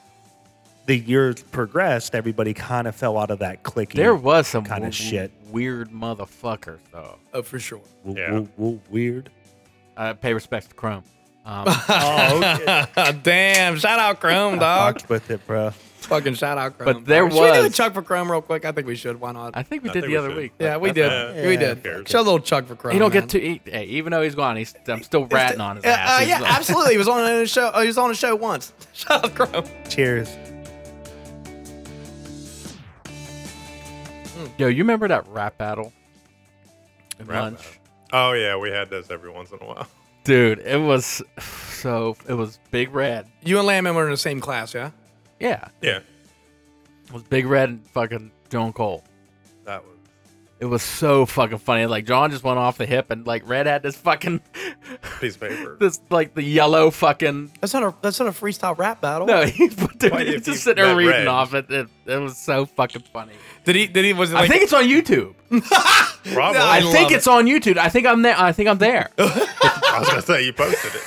B: the years progressed, everybody kind of fell out of that clique. Oh,
D: There was some
B: Kinda
D: w-
B: shit.
D: weird motherfuckers though.
A: Oh, for sure.
C: Yeah.
B: weird.
D: I pay respects to Chrome. Um,
B: Oh, okay.
A: Damn! Shout out Chrome, dog.
B: Fucked with it, bro.
A: fucking shout out Chrome.
D: But there
A: dog. Should we do a
D: was-
A: chug for Chrome real quick? I think we should. Why not?
D: I think we
C: I
D: did
C: think
D: the
C: we
D: other
C: should.
D: week.
A: yeah, we did.
C: That's-
A: we
B: yeah,
A: did.
C: cares?
A: Show a little chug for Chrome.
D: He don't
A: man.
D: get to eat. Hey, even though he's gone, he's, I'm still ratting on his
A: Yeah,
D: ass.
A: uh,
D: He's
A: yeah,
D: like-
A: absolutely. He was on a show. uh, He was on a show once. Shout out Chrome.
B: Cheers.
D: Yo, you remember that rap battle? At
C: Rap
D: lunch?
C: battle. Oh yeah, we had those every once in a while.
D: Dude, it was so. It was Big Red.
A: You and Landman were in the same class, yeah?
D: Yeah,
C: Yeah,
D: it was Big Red and fucking John Cole.
C: that was.
D: It was so fucking funny. Like John just went off the hip, and like Red had this fucking,
C: Piece of paper.
D: this like the yellow fucking.
A: That's not a that's not a freestyle rap battle.
D: No, he, dude,
C: Why
D: he
C: if you
D: just sitting there
C: met
D: reading
C: Red?
D: off it. it. It was so fucking funny.
A: Did he? Did he? Was it
D: I
A: like?
D: think it's on YouTube.
C: Probably.
A: No,
D: I,
C: I,
A: love
D: think
A: it.
D: it's on YouTube. I think I'm there. I think I'm there.
C: was gonna say you posted it.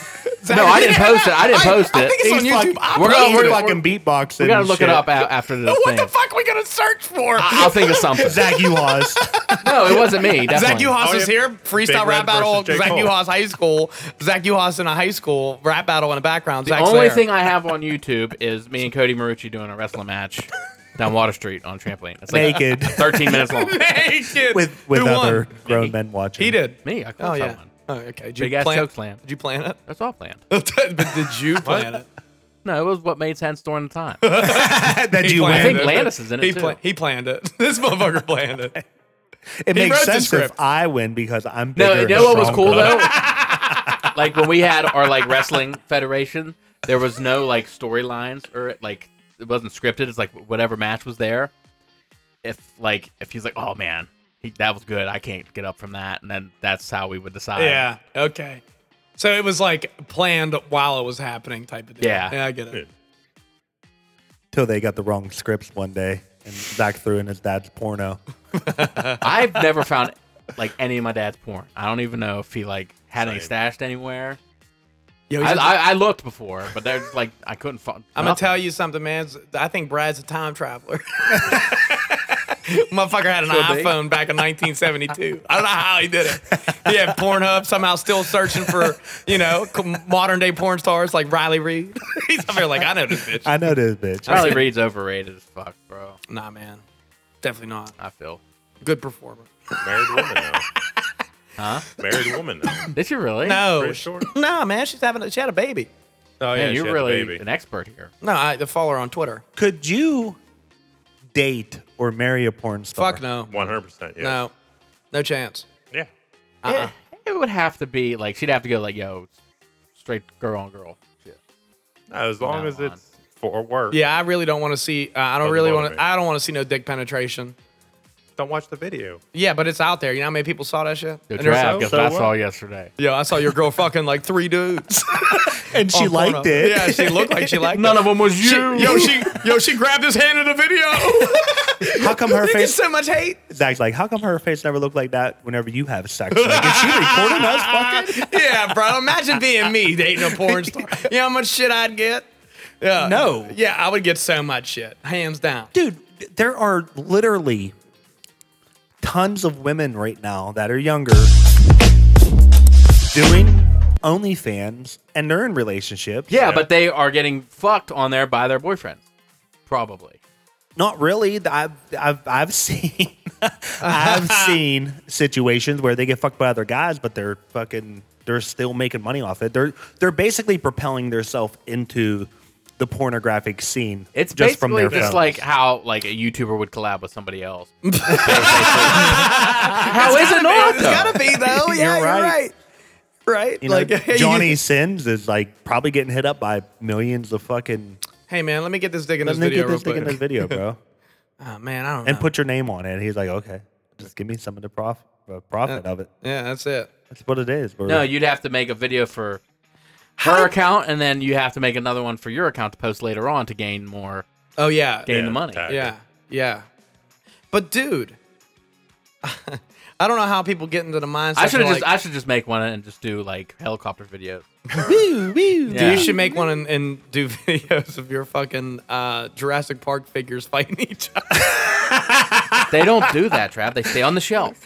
A: Zach-
D: no, I didn't post it. I didn't post
A: I
D: it.
A: think it's on
B: He's
A: YouTube.
B: fucking-
A: I
D: We're gonna-
A: believe
D: we're
A: it.
D: gonna-
B: fucking beatboxing.
D: We gotta
B: and
D: look
B: shit.
D: it up a- after this
A: What
D: thing.
A: the fuck are we gonna search for?
D: I- I'll think of something.
B: Zach, you lost.
D: No, it wasn't me.
A: Zach
D: definitely.
A: Uhas
C: Oh,
A: is
C: yeah.
A: here.
C: Big
A: Freestyle
C: Red
A: rap battle.
C: versus J.
A: Zach
C: Cole.
A: Uhas high school. Zach Uhas in a high school rap battle in the background.
D: The
A: Zach's
D: only
A: there.
D: thing I have on YouTube is me and Cody Marucci doing a wrestling match down Water Street on trampoline. It's like
B: Naked.
D: 13 minutes long.
A: naked
B: with with
A: Who won?
B: other grown men watching.
A: He did.
D: Me, I caught
A: Oh yeah.
D: someone.
A: Oh, okay. Did
D: Big
A: you
D: ass
A: plan,
D: chokeslam.
A: Did you plan it?
D: That's all planned.
A: but did you plan it?
D: No, it was what made sense during the time.
B: that
A: He
B: you
A: planned
D: I think
B: win.
A: it.
D: Landis is in it,
A: He,
D: too.
A: he planned it. This motherfucker planned it.
B: It
A: he
B: makes
A: wrote the
B: sense if
A: script.
B: I win because I'm bigger.
D: No, you
B: and
D: know what was
B: stronger.
D: cool though? like when we had our like wrestling federation, there was no like storylines or like it wasn't scripted. It's like whatever match was there. If like if he's like, oh man, he, that was good. I can't get up from that, and then that's how we would decide.
A: Yeah. Okay. So it was like planned while it was happening type of deal.
D: Yeah.
A: Yeah, I get it.
B: Till they got the wrong scripts one day, and Zach threw in his dad's porno.
D: I've never found like any of my dad's porn. I don't even know if he like had any
C: Same.
D: stashed anywhere.
A: Yo,
D: I,
A: he's a-
D: I, I looked before, but there's like I couldn't find.
A: I'm gonna tell you something, man. I think Brad's a time traveler. Motherfucker had an
D: Could be.
A: iPhone back in 1972. I don't know how he did it. He had Pornhub somehow still searching for you know c- modern day porn stars like Riley Reed. He's up here like I know this bitch.
B: I know this bitch.
D: Charlie Reed's overrated as fuck, bro.
A: Nah, man, definitely not.
D: I feel.
A: Good performer.
C: Married woman now. Huh? Married woman now.
D: Did you really?
A: No,
C: Pretty sure.
A: no, Oh, man. She's having a, she had a baby.
C: Oh
D: Man,
C: she had
D: you're
C: the
D: really
C: baby.
D: an expert here.
A: No, I follow her on Twitter.
B: Could you date or marry a porn star?
A: Fuck no,
C: One hundred percent. Yeah.
A: no, no chance.
C: Yeah.
D: It, Eh, it would have to be like she'd have to go like, yo, straight girl on girl.
C: No, as long
D: No,
C: as
D: on.
C: it's for work.
A: Yeah, I really don't want to see. Uh, I don't
C: Doesn't
A: really
C: bother
A: want
C: me.
A: to. I don't want to see no dick penetration.
C: Don't watch the video.
A: Yeah, but it's out there. You know how many people saw that shit?
D: Yo,
A: And there's-
D: Trav, guess
C: so
D: what I
C: what?
D: saw yesterday.
A: Yo, I saw your girl fucking like three dudes.
B: And she
A: on
B: liked
A: Pornhub.
B: it.
A: Yeah, she looked like she liked
D: None
A: it.
D: of them was
A: She-
D: you.
A: yo, she yo, she grabbed his hand in the video.
B: How come her
A: you get
B: face?
A: so much hate.
B: Zach's like, how come her face never looked like that whenever you have sex? Like, is she recording us? Fucking?
A: yeah, bro. Imagine being me dating a porn star. You know how much shit I'd get? Yeah.
B: No.
A: Yeah, I would get so much shit. Hands down.
B: dude, there are literally tons of women right now that are younger doing OnlyFans and they're in relationships.
D: yeah, but they are getting fucked on there by their boyfriends, probably.
B: Not really. I've I've I've seen I've seen situations where they get fucked by other guys, but they're fucking they're still making money off it. They're they're basically propelling themselves into the pornographic scene.
D: It's
B: just from
D: basically
B: their
D: just
B: phones.
D: like how like a YouTuber would collab with somebody else. how is it not?
A: It's gotta be though. Yeah, you're
B: You're
A: right.
B: right.
A: Right.
B: You know,
A: you-
B: Johnny Sins is like probably getting hit up by millions of fucking.
A: Hey man, let me get this dick in this
B: Let me
A: video
B: get
A: real
B: this thing in this
A: quick.
B: video, bro,
A: Oh man, I don't
B: and
A: know.
B: put your name on it. And he's like, okay, just give me some of the prof- uh, profit of it.
A: Yeah, that's it.
B: That's what it is. Bro.
D: No, you'd have to make a video for her account, and then you have to make another one for your account to post later on to gain more,
A: Oh yeah.
D: gain the money.
C: tag.
A: Yeah. Yeah. But dude, I don't know how people get into the mindset.
D: I should
A: of,
D: just
A: like,
D: I should just make one and just do like helicopter videos.
A: Dude,
D: Yeah.
A: you should make one and, and do videos of your fucking uh, Jurassic Park figures fighting each other.
D: They don't do that, Trav. They stay on the shelf.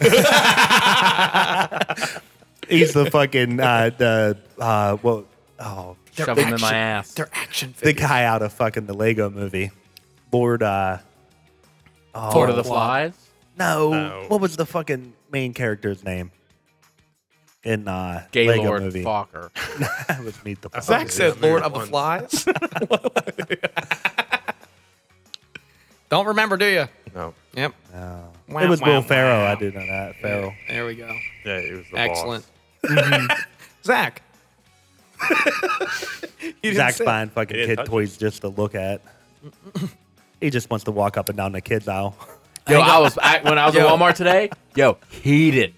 B: he's the fucking uh, the uh, well, oh,
D: Shove them in my ass.
A: They're action
B: the
A: figures.
B: guy out of fucking the Lego Movie, Lord. Uh,
D: Lord of the Flies.
B: No.
C: No.
B: What was the fucking main character's name? In uh, Lego
D: Gaylord
B: movie,
D: Fokker.
B: that was Meet the Fock.
A: Zach said
C: maybe
A: Lord of the
C: once.
A: Flies. don't remember, do you?
C: No.
A: Yep. Wow,
B: It was
A: wow,
B: Will Ferrell.
A: wow.
B: I do know that. Ferrell.
A: There we go.
C: Yeah, it was the boss.
A: Excellent. Mm-hmm. Zach. You didn't
B: Zach's
A: say-
B: buying fucking
C: He didn't
B: kid
C: touch
B: toys just to look at. he just wants to walk up and down the kids aisle.
D: Yo, I was I, when I was
A: Yo.
D: at Walmart today. Yo, heated.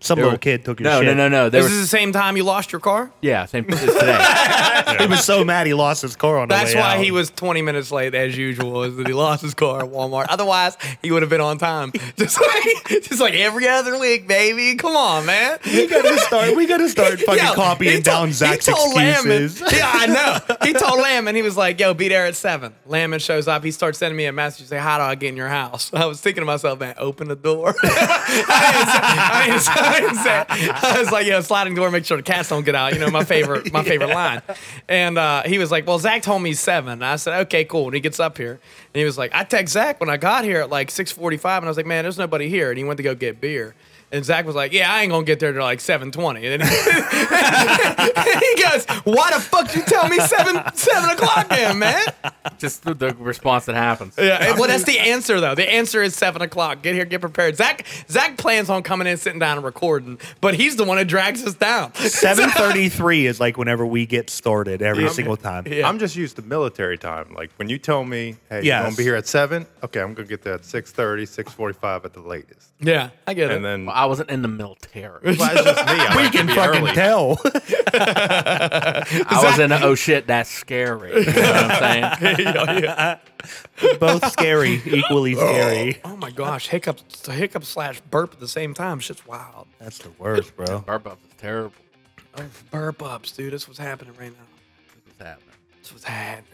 B: Some
D: There
B: little
D: were-
B: kid took your
D: No,
B: shit.
D: no, no, no. There
A: This
D: was
A: is the same time you lost your car.
D: yeah, same as today.
B: He was so mad he lost his car on the
A: That's
B: way
A: why
B: out.
A: he was 20 minutes late, as usual, is that he lost his car at Walmart. Otherwise, he would have been on time. Just like, just like every other week, baby. Come on, man.
B: We gotta start. We gotta start fucking
A: Yo, he
B: copying
A: told-
B: down
A: he
B: Zach's
A: told Lamon-
B: excuses.
A: yeah, I know. He told Lamon, he was like, yo, be there at 7. Lamon shows up. He starts sending me a message, say, how do I get in your house? I was thinking to myself, man, open the door. I, didn't say, I, didn't say, I didn't say- I was like, yo, sliding door, make sure the cats don't get out. You know, my favorite, my favorite line. And uh, he was like, well, Zach told me 7. And I said, okay, cool. And he gets up here. And he was like, I text Zach when I got here at like 6.45. And I was like, man, there's nobody here. And he went to go get beer. And Zach was like, "Yeah, I ain't gonna get there till like 7.20. And then he goes, "Why the fuck you tell me seven seven o'clock then, man?"
D: Just the, the response that happens.
A: Yeah, well, that's the answer though. The answer is seven o'clock. Get here, get prepared. Zach Zach plans on coming in, sitting down, and recording, but he's the one that drags us down.
B: Seven thirty-three is like whenever we get started every single time.
A: Yeah.
C: I'm just used to military time. Like when you tell me, hey,
B: Yes.
C: you're gonna be here at seven, okay, I'm gonna get there at 6.30, 6.45 at the latest.
A: Yeah, I get it.
C: And then
D: Well, I wasn't in the military.
C: well, it's just me. I like to
B: can
C: be
B: fucking
C: early.
B: tell.
D: I was in a oh shit, that's scary. You know what I'm saying?
B: Both scary, equally scary.
A: oh my gosh, hiccup hiccup slash burp at the same time. Shit's wild.
B: That's the worst, bro.
D: Burp up is terrible.
A: Burp ups, dude. That's what's happening right now.
D: What's happening?
A: That's what's happening.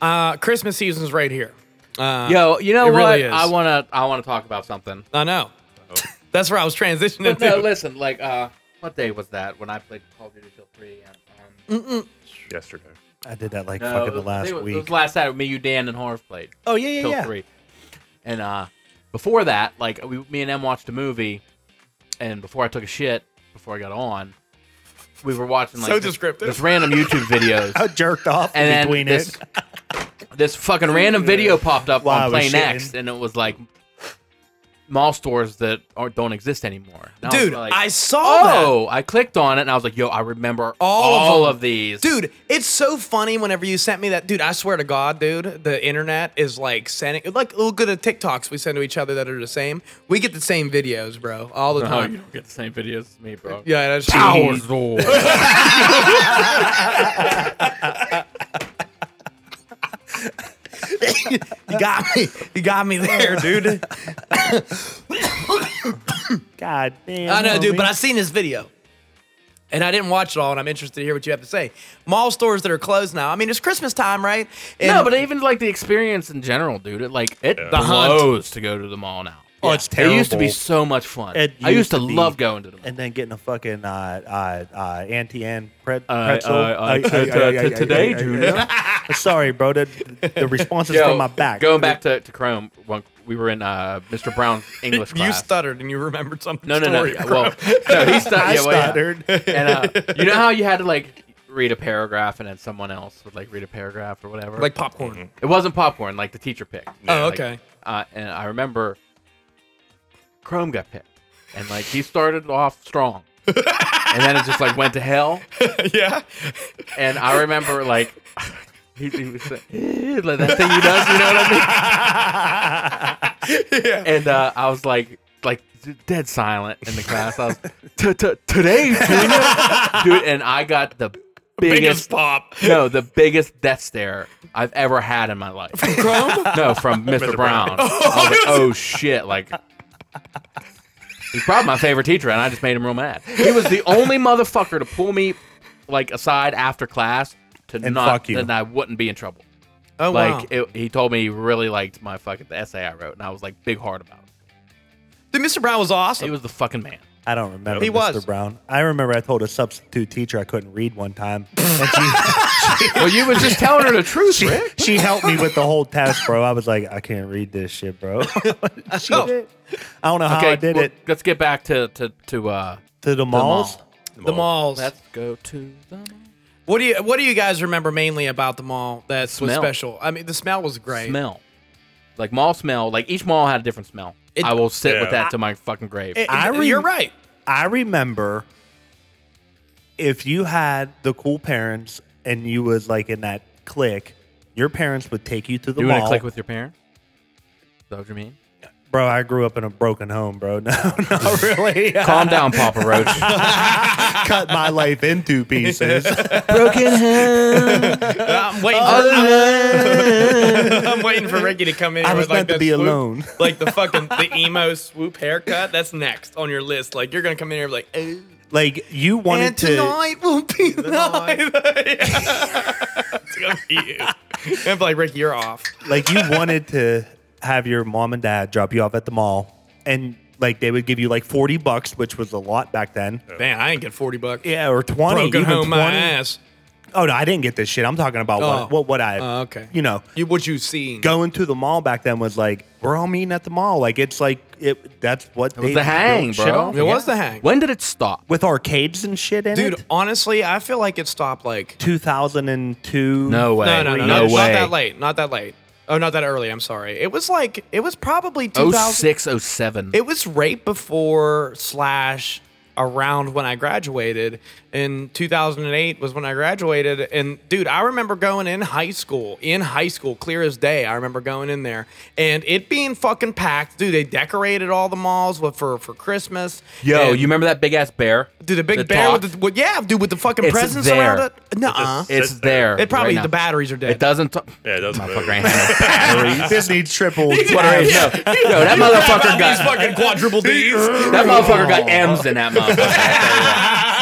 A: Uh, Christmas season's right here. Uh,
D: Yo, you know
A: it
D: what?
A: really is.
D: I wanna I wanna talk about something.
A: I know. That's where I was transitioning
D: But no,
A: to.
D: listen, like uh what day was that when I played Call of Duty Till Three and um,
A: Mm.
C: yesterday.
B: I did that like
D: no,
B: fucking
D: it
B: the
D: was- I
B: last
D: think it was- It
B: week.
D: was last Saturday, me, you, Dan, and Horv played.
B: oh yeah, yeah,
D: till three. And uh, before that, like we, me and Em watched a movie, and before I took a shit, before I got on, we were watching like
A: So
D: this-
A: descriptive.
D: this random YouTube videos,
B: I jerked off
D: and
B: in
D: then
B: between
D: this
B: it.
D: this fucking random video popped up
B: While I
D: on
B: was
D: Play
B: shitting.
D: Next, and it was like mall stores that are, don't exist anymore. And was
A: Dude,
D: like,
A: I saw that.
D: Oh, I clicked on it and I was like, "Yo, I remember
A: All
D: all,
A: of them.
D: of, these."
A: Dude, it's so funny whenever you sent me that. Dude, I swear to God, dude, the internet is like sending, like, look at the TikToks we send to each other that are the same. We get the same videos, bro, all the
D: oh, you
A: time.
D: don't get the same videos as me, bro.
A: Yeah, that's
D: Hours
A: You got me. You got me there, dude.
B: God damn.
A: I know, dude,
B: homie.
A: but I seen this video. And I didn't watch it all, and I'm interested to hear what you have to say. Mall stores that are closed now. I mean, it's Christmas time, right? And-
D: no, but even like the experience in general, dude. It like it
C: Yeah.
A: The hunt.
D: blows to go to the mall now.
B: Oh, it's
D: It used to be
B: terrible.
D: so much fun.
B: It
D: I used
B: used
D: to,
B: to be-
D: love going to the mall.
B: and then getting a fucking uh uh uh auntie Ann pret-
D: Uh,
B: pretzel.
D: uh, uh,
B: Ay,
D: to-
B: ay,
D: to-
B: ay,
D: to
B: ay, ay,
D: today,
B: ay, ay,
D: dude.
B: ay. Sorry, bro. The, the response is
D: Yo,
B: from my back.
D: Going back to, to Chrome one we were in uh, Mr. Brown's English
A: You
D: class.
A: stuttered and you remembered something.
D: no, no, no.
A: story,
D: yeah,
A: bro.
D: Well, no, he stu-
B: I
D: yeah, well, yeah.
B: stuttered.
D: And uh, you know how you had to like read a paragraph and then someone else would like read a paragraph or whatever.
A: like popcorn.
D: It wasn't popcorn, like the teacher picked.
A: Oh,
D: Like,
A: okay.
D: uh, and I remember Chrome got picked, and like he started off strong, and then it just like went to hell.
A: yeah.
D: And I remember like he, he was like, "Eh," like that thing he does, you know what I mean? And uh, I was like, like dead silent in the class. I was "T- t- today, Junior?" dude, and I got the
A: Biggest
D: biggest
A: pop.
D: no, the biggest death stare I've ever had in my life.
A: Chrome?
D: No, from Mr. Brown. I was like, oh shit, like he's probably my favorite teacher, and I just made him real mad. He was the only motherfucker to pull me like aside after class to
B: And
D: not
B: fuck you.
D: then I wouldn't be in trouble.
A: Oh, wow.
D: like it, he told me he really liked my fucking the essay I wrote, and I was like big hard about it.
A: Dude, Mr. Brown was awesome.
D: He was the fucking man.
B: I don't remember.
A: He
B: Mr.
A: was.
B: Brown. I remember I told a substitute teacher I couldn't read one time, and she,
D: Well, you was just telling her the truth, Rick.
B: she helped me with the whole test, bro. I was like, I can't read this shit, bro. she did. I don't know how I did
D: well,
B: it
D: Let's get back to to to uh.
B: to the malls.
D: mall.
A: the malls.
D: Let's go to the. mall.
A: what do you What do you guys remember mainly about the mall that was
D: Smell.
A: special? I mean, the smell was great.
D: smell. Like mall smell, like each mall had a different smell.
A: It-
D: I will sit
C: Yeah.
D: with that to my fucking grave.
A: It-
B: I
A: you're
B: rem-
A: right.
B: I remember if you had the cool parents and you was like in that clique, your parents would take you to the
D: you want to
B: mall.
D: click with your parents? Is that what you mean?
B: bro, I grew up in a broken home, bro. No, not really.
D: Calm down, Papa Roach.
B: Cut my life into pieces.
D: Broken home.
A: I'm waiting.
B: Uh,
A: For, I'm waiting for Ricky to come in.
B: I
A: with,
B: was
A: like
B: meant to
A: that
B: be
A: swoop-
B: alone.
A: Like the fucking the emo swoop haircut. That's next on your list. Like you're gonna come in here and be like, "Oh,
B: like you wanted
A: and
B: to.
A: tonight will be the night. Yeah. it's gonna be you. And be like, Ricky, you're off.
B: like you wanted to have your mom and dad drop you off at the mall and like they would give you like 40 bucks which was a lot back then
A: Man, I ain't get forty bucks.
B: yeah or 20
A: Broken
B: even
A: home
B: 20
A: my ass.
B: oh no i didn't get this shit i'm talking about
A: Oh.
B: what, what what i
A: Oh, okay.
B: you know
A: You what you seen?
B: going to the mall back then was like we're all meeting at the mall like it's like it that's what
D: was the hang,
B: built shit
D: bro.
B: off
A: It
B: of.
A: was the hang,
D: when did it stop?
B: with arcades and shit in
A: dude.
B: it
A: Honestly, I feel like it stopped like
B: 2002
D: No way.
A: no, no, no,
D: no
A: not, not
D: way.
A: that late, not that late. Oh, not that early. I'm sorry. It was like it was probably 2000.
D: 06, 07.
A: It was right before slash around when I graduated. In 2008 was when I graduated. And dude, I remember going in high school, in high school, clear as day. I remember going in there and it being fucking packed. Dude, they decorated all the malls with, for, for Christmas.
D: Yo,
A: And-
D: you remember that big ass bear?
A: Dude, the big bear with the, with, yeah, dude, with the fucking
D: It's
A: presents
D: there.
A: around it. Nuh-uh.
C: It's-
D: It's there.
A: It probably-
D: right now.
A: the batteries are dead.
D: Uh-huh. It doesn't. T-
C: Yeah, it doesn't
D: My
C: move.
D: fucking hand.
B: this needs triple
D: Batteries.
B: yeah.
D: No, no, that motherfucker got
A: fucking quadruple D's.
D: that motherfucker got M's in that motherfucker.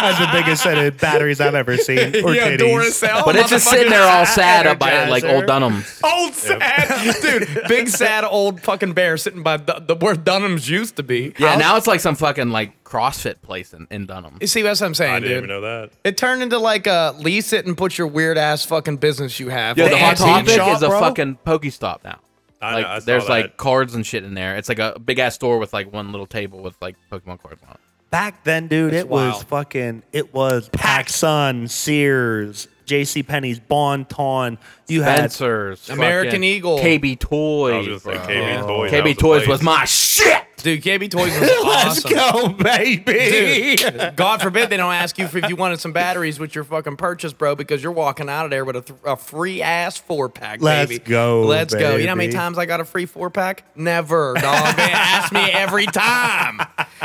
B: that's the biggest set of batteries i've ever seen or
A: yeah,
B: titties.
A: Doris L.
D: But it's just sitting there all sad up by like
B: Energizer.
D: old Dunham's.
A: Old sad dude, big sad old fucking bear sitting by the, the where Dunham's used to be.
D: Yeah, now it's like some fucking like CrossFit place in, in Dunham.
A: You see, that's what I'm saying,
C: I didn't
A: dude.
C: even know that.
A: It turned into like a lease it and put your weird ass fucking business you have.
D: Yo,
A: Like,
D: the hot
A: antique
D: topic
A: shop,
D: is a
A: bro.
D: fucking Pokestop now.
C: I know,
D: like,
C: I saw
D: there's like
C: that.
D: cards and shit in there. It's like a big ass store with like one little table with like Pokemon cards on it.
B: Back then, dude, it was
A: wild.
B: fucking. It was PacSun, Sears, J.C. Penney's, Bon Ton. You had
D: Spencer's,
A: American
D: fucking
A: Eagle.
D: KB
C: I was gonna
D: Toys,
C: say
D: bro.
C: KB Toys. that
D: KB
C: a
D: Toys
C: place.
D: was my shit.
A: dude. KB Toys was awesome.
B: go, baby.
A: Dude, God forbid they don't ask you for, if you wanted some batteries with your fucking purchase, bro, because you're walking out of there with a, th- a free ass four pack.
B: Let's
A: baby.
B: go,
A: Let's go. You know how many
B: baby.
A: times I got a free four pack? Never, dog. They asked me every time.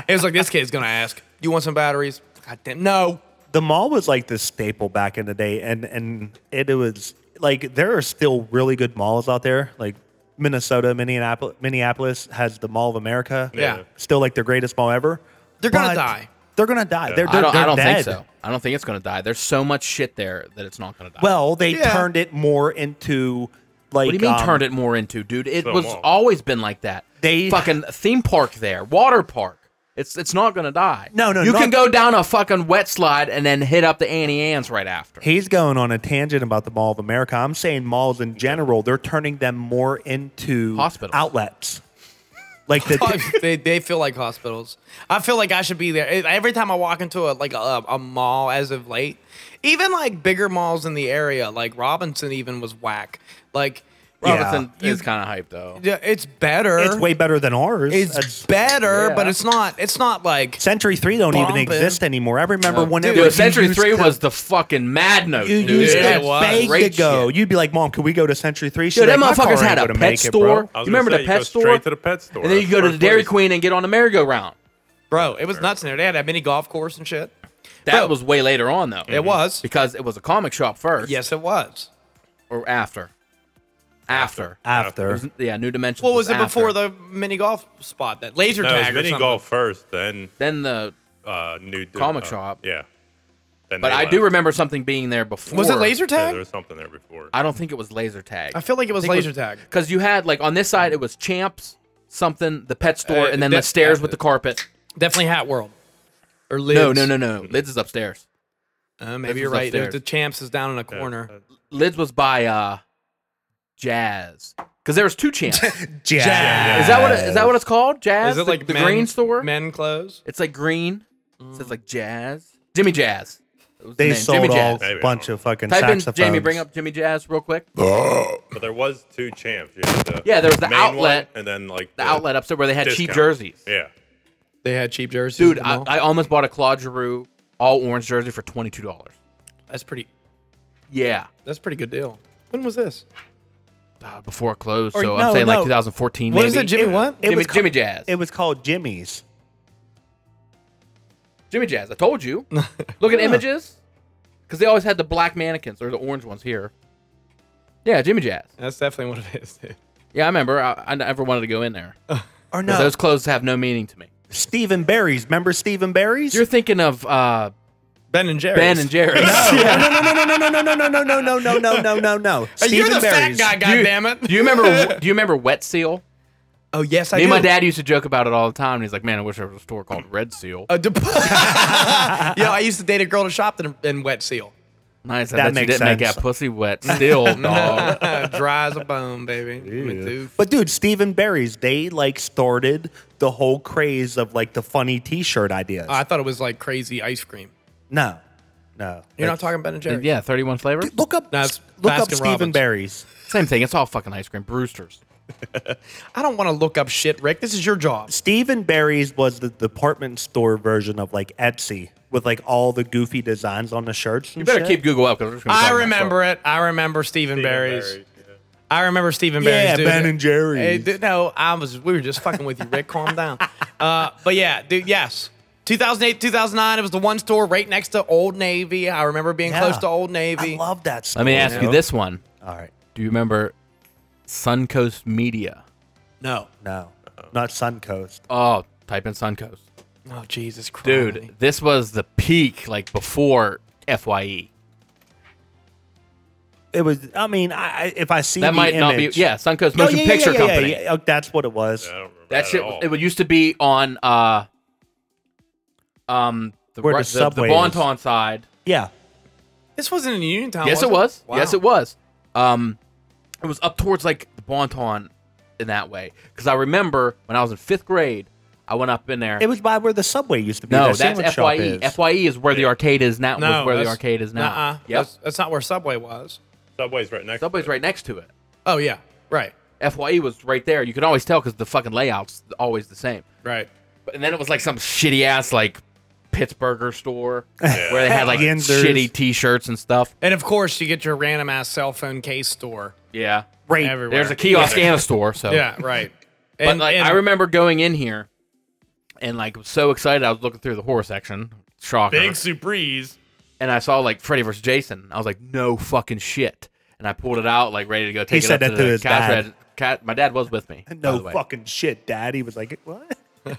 A: It was like this kid's gonna ask, "You want some batteries?" God damn, no.
B: The mall was like the staple back in the day, and and it, was like there are still really good malls out there, like. Minnesota, Minneapolis, Minneapolis has the Mall of America.
A: Yeah.
B: still like the greatest mall ever.
A: They're gonna
B: But
A: die.
B: They're gonna die. They're,
D: I
B: they're,
D: don't,
B: they're
D: I don't
B: dead.
D: think so. I don't think it's gonna die. There's so much shit there that it's not gonna die.
B: Well, they
A: Yeah.
B: turned it more into like
D: what do you mean
B: um,
D: turned it more into, dude? It
C: So
D: was
C: long.
D: always been like that.
B: They-
D: fucking theme park there, water park. It's it's not gonna die.
B: No, no,
D: You
B: not-
D: can go down a fucking wet slide and then hit up the Annie Ann's right after.
B: He's going on a tangent about the Mall of America. I'm saying malls in general, they're turning them more into
D: Hospitals.
B: outlets. Like the
A: they, they feel like hospitals. I feel like I should be there It- every time I walk into a like a, a mall as of late. Even like bigger malls in the area, like Robinson, even was whack. Like
D: Robinson is kind of hype though.
A: yeah, it's better.
B: it's way better than ours.
A: It's
B: That's-
A: better,
D: Yeah.
A: but it's not. It's not like
B: Century Three don't even
A: Bumping.
B: exist anymore. I remember whenever
D: Dude,
B: you
D: Century
B: used
D: Three
B: to-
D: was the fucking mad note,
B: you
D: dude.
B: used
A: Yeah,
B: to
A: it was.
B: beg
D: Great
B: to go.
D: shit.
B: You'd be like, "Mom, could we go to Century 3?
D: Dude, that motherfuckers had a pet store.
C: I
D: You
C: was gonna
D: remember
C: say,
D: the
C: you
D: pet
C: go
D: store?
C: Straight to the pet store.
D: And then you
C: That's
D: go to
C: first
D: the Dairy
C: place.
D: Queen and get on the merry-go-round.
A: bro. It was nuts in there. They had a mini golf course and shit.
D: That
A: Bro.
D: was way later on though.
A: It was.
D: Mm-hmm. because it was a comic shop first.
A: Yes, it was.
D: or after. After. It
B: after.
D: was- yeah, New Dimensions.
A: What was it
D: after.
A: before the mini golf spot? That laser
C: No, it was
A: tag or
C: mini
A: something.
C: golf first, then
D: Then the,
C: uh, new
D: Comic
C: uh,
D: shop.
C: Yeah. Then
D: but
C: they
D: I
C: left.
D: do remember something being there before.
A: Was it laser
C: Yeah,
A: tag?
C: there was something there before.
D: I don't think it was laser tag.
A: I feel like it was laser tag.
D: because you had like on this side it was champs something the pet store
A: Uh,
D: and then the
A: that's-
D: stairs with the carpet.
A: Definitely Hat World. Or Lids.
D: No, no, no, no. Lids is upstairs.
A: Uh, maybe
D: This
A: you're
D: was
A: right.
D: upstairs. Uh,
A: The champs is down in a corner.
D: Lids was by uh Jazz because there was two champs. is
B: Jazz.
D: that what it, is that what it's called? Jazz.
A: is it
D: The-
A: like
D: the
A: men-
D: green store?
A: Men clothes.
D: It's like green. It says like Jazz. Jimmy Jazz. It was the
B: They
D: name.
B: sold
D: Jimmy
B: all
D: Jazz.
C: Maybe.
B: bunch of fucking
D: Type in
B: saxophones.
D: Jamie. Bring up Jimmy Jazz real quick. The
C: But there was two champs. You had the
D: Yeah, there was the
C: main
D: outlet-
C: one, and then like
D: outlet upstairs where they had cheap
C: Discount.
D: jerseys.
C: Yeah.
A: They had cheap jerseys.
D: Dude,
A: at the
D: I,
A: mall.
D: I almost bought a Claude Giroux all orange jersey for twenty two dollars.
A: that's pretty.
D: Yeah,
A: That's a pretty good deal. When was this?
D: uh, before it closed.
B: Or- no,
D: so I'm saying
B: no.
D: like 2014.
A: What
D: maybe.
A: is it, Jimmy? What?
B: It
D: Jimmy,
B: was called-
D: Jimmy Jazz.
B: It was called Jimmy's.
D: Jimmy Jazz. I told you. Look at images, because they always had the black mannequins or the orange ones here. Yeah, Jimmy Jazz.
A: That's definitely what it is. Dude.
D: Yeah, I remember. I, I never wanted to go in there. 'Cause
B: Or no,
D: Those clothes have no meaning to me.
B: Stephen Berry's. Remember Stephen Berry's?
D: You're thinking of uh,
A: Ben and Jerry.
D: Ben and Jerry.
B: no, no, no, no, no, no, no, no, no, no, no, no, no, no, no.
A: You're
B: Stephen
A: the
B: Berry's.
A: fat guy,
D: Do you-
A: goddammit.
D: Do you remember? Do you remember Wet Seal?
A: Oh yes, I
D: Me
A: do.
D: and my dad used to joke about it all the time. And he's like, "Man, I wish there was a store called Red Seal."
B: Uh,
A: A dep- Yo, I used to date a girl that shopped in, in wet seal.
D: Nice. I
B: That
D: bet you
B: makes
D: didn't make
B: sense.
D: that pussy wet still, dog.
A: Dry as a bone, baby. I mean, dude,
B: But dude, Stephen Berry's. They like started the whole craze of like the funny T-shirt ideas.
A: I thought it was like crazy ice cream.
B: no, no.
A: You're not talking Ben and Jerry.
D: yeah, 31 flavors.
B: Look up.
A: That's
B: look up
A: Baskin
B: Stephen
A: Robbins.
B: Berry's.
D: Same thing. It's all fucking ice cream. Brewster's.
A: I don't want to look up shit, Rick. This is your job.
B: Stephen Berry's was the department store version of like Etsy with like all the goofy designs on the shirts. And
D: You better
B: shit.
D: keep Google up because
A: I remember it. I remember Stephen Barry's. I remember Stephen
B: Yeah,
A: Barry's. dude.
B: Ben and Jerry's.
A: Hey, dude, no, I was. We were just fucking with you, Rick. Calm down. Uh, but yeah, dude. Yes. 2008, 2009. It was the one store right next to Old Navy. I remember being
B: Yeah.
A: close to Old
B: I
A: Navy.
B: love that. Store,
D: Let me ask you
B: know?
D: this one.
B: All right.
D: Do you remember Suncoast Media?
A: no.
B: No, not Suncoast.
D: Oh, type in Suncoast.
A: Oh Jesus Christ,
D: Dude, this was the peak, like before E. FYE.
B: It was. I mean, I, I- if I see
D: That
B: the
D: might not be.
B: image-
D: Yeah, Suncoast
B: Oh,
D: Motion
B: yeah, yeah,
D: Picture
B: yeah, yeah,
D: Company.
B: yeah. Oh, that's what it was.
C: I don't remember
D: That shit.
C: At all.
D: It would- used to be on. uh um, the,
B: Where the
D: right- the, the
B: subway is.
D: Bonton side.
B: Yeah.
A: this wasn't in Uniontown.
D: yes, it
A: Oh, was
D: was. Yes, it was. Um, it was up towards like the Bonton in that way. Because I remember when I was in fifth grade, I went up in there.
B: It was by where the subway used to be.
D: no,
B: the sandwich
D: that's E,
B: shop
D: Fye.
B: is.
D: Fye is where the arcade is now.
A: No,
D: was where the
A: that's-
D: arcade is now.
A: Nuh-uh.
D: Yep.
A: That's, that's not where Subway was.
C: Subway's right next.
D: Subway's
C: to it.
D: right next to it.
A: Oh yeah, right,
D: Fye was right there. You can always tell because the fucking layout's always the same.
A: right.
D: But and then it was like some shitty ass like Pittsburgher store where they had like
B: Yinzers.
D: shitty T-shirts and stuff.
A: And of course, you get your random ass cell phone case store
D: Yeah.
B: Right.
A: everywhere.
D: There's a kiosk and a store. So
A: Yeah, right.
D: But like, I remember going in here and like was so excited. I was looking through the horror section, shocker,
A: big surprise.
D: and I saw like Freddy vs. Jason. I was like, no fucking shit. And I pulled it out, like ready to go take it
B: said
D: up
B: that
D: to,
B: to
D: the
B: his
D: cash
B: dad.
D: reg- ca- my dad was with me. by
B: No
D: the way.
B: fucking shit, Dad. He was like, what?
D: The,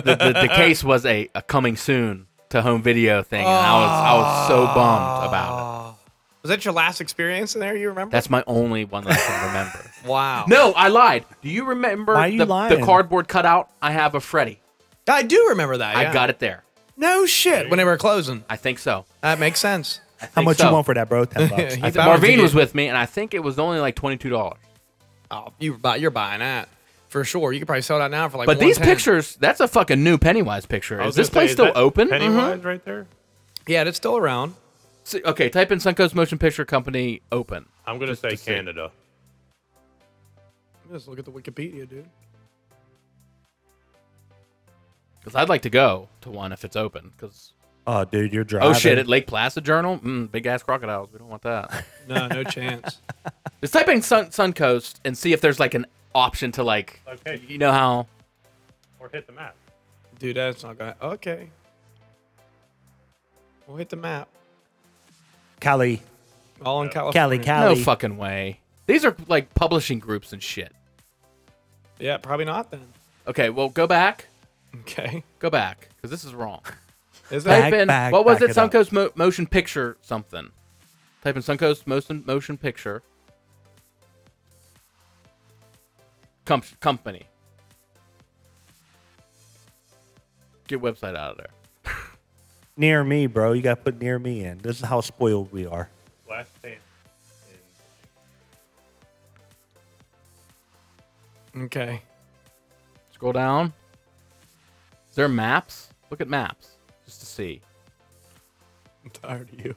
D: the, the case was a, a coming soon to home video thing, and I was I was so bummed about it.
A: Was that your last experience in there? You remember?
D: That's my only one that I can remember.
A: wow.
D: No, I lied. Do you remember
B: Why are you
D: the,
B: lying?
D: the cardboard cutout? I have a Freddy.
A: I do remember that.
D: I got it there.
A: No shit. When they were closing,
D: I think so.
A: that makes sense.
D: I
B: How
D: think
B: much
D: so.
B: you want for that, bro? Ten bucks.
D: I
A: He
D: think
A: bought it to
D: Marvin
A: get-
D: was with me, and I think it was only like twenty two dollars.
A: Oh, you, bu- you're buying that. for sure. You could probably sell that now for like.
D: But these
A: 110.
D: pictures, that's a fucking new Pennywise picture.
C: I
D: Is
C: was
D: this
C: gonna say,
D: place
C: is
D: still
C: that
D: open? Mm-hmm.
C: Pennywise right there.
A: yeah, it's still around.
D: S- Okay, type in Suncoast Motion Picture Company open.
C: I'm gonna say Canada.
A: Just look at the Wikipedia, dude.
D: Because I'd like to go to one if it's open. Because
B: Oh, dude, you're driving.
D: oh shit, at Lake Placid Journal, mm, big ass crocodiles. We don't want that.
A: No, no chance.
D: Just type in Sun Suncoast and see if there's like an option to like.
C: Okay,
D: You know how?
C: or hit the map.
A: Dude, that's not gonna. Okay. We'll hit the map.
B: Cali,
A: All in
B: Cali,
A: California.
B: Cali.
D: No fucking way. These are like publishing groups and shit.
A: Yeah, probably not then.
D: Okay, well go back,
A: Okay.
D: go back, because this is wrong.
A: Is that
D: type in
B: back,
D: what was
B: back
D: it?
B: it up.
D: Suncoast Mo- Motion Picture something. Type in Suncoast Motion Motion Picture Com- Company. Get website out of there.
B: near me, bro. You got to put near me in. This is how spoiled we are.
C: Last stand.
A: okay?
D: Scroll down. Is there maps? Look at maps just to see.
A: I'm tired of you.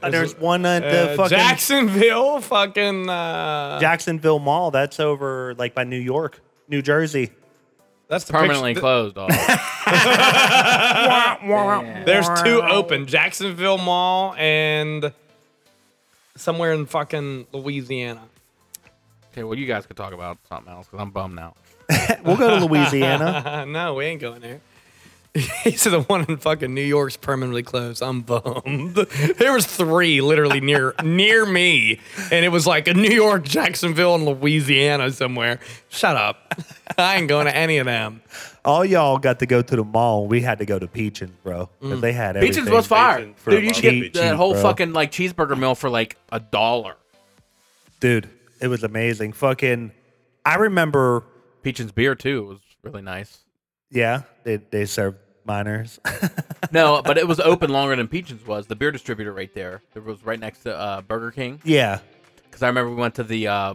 B: Uh, there's one at the
A: Uh,
B: fucking
A: Jacksonville, fucking. Uh,
B: Jacksonville Mall. That's over like by New York, New Jersey.
A: that's the
D: Permanently
A: picture-
D: closed. All.
A: th- There's two open: Jacksonville Mall and somewhere in fucking Louisiana.
D: okay, well you guys could talk about something else because I'm bummed now.
B: We'll go to Louisiana.
A: Uh, no, we ain't going there. he said the one in fucking New York's permanently closed. I'm bummed. there was three literally near near me, and it was like a New York, Jacksonville, and Louisiana somewhere. Shut up. I ain't going to any of them.
B: All y'all got to go to the mall. We had to go to Peachins, bro. 'cause They had everything.
D: Beaches Mm. was fire,
C: Beechins.
D: dude. You should
B: Cheap,
D: get that
B: cheap,
D: whole
B: bro.
D: fucking like cheeseburger meal for like a dollar.
B: dude. It was amazing. Fucking, I remember.
D: Peachin's beer too was really nice.
B: Yeah, they they served minors.
D: No, but it was open longer than Peachin's was. The beer distributor right there. It was right next to uh, Burger King.
B: yeah,
D: Because I remember we went to the uh,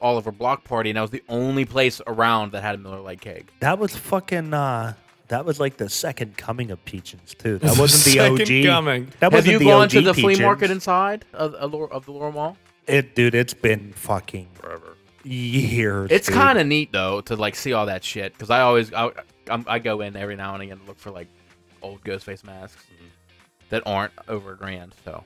D: Oliver Block party, and that was the only place around that had a Miller Lite keg.
B: that was fucking. uh That was like the second coming of Peachins too. That wasn't the
A: Second
B: OG.
A: coming.
B: That
D: Have
B: wasn't
D: you
B: the
D: gone
B: OG
D: to the flea
B: Peachins.
D: market inside of, of, Lor- of the Laurel Mall?
B: It, dude, it's been fucking
C: Forever.
B: years.
D: It's
B: dude.
D: kind of neat though to like see all that shit. Because I always I, I'm, I go in every now and again to look for like old Ghostface masks
B: Mm-hmm.
D: that aren't over a grand. So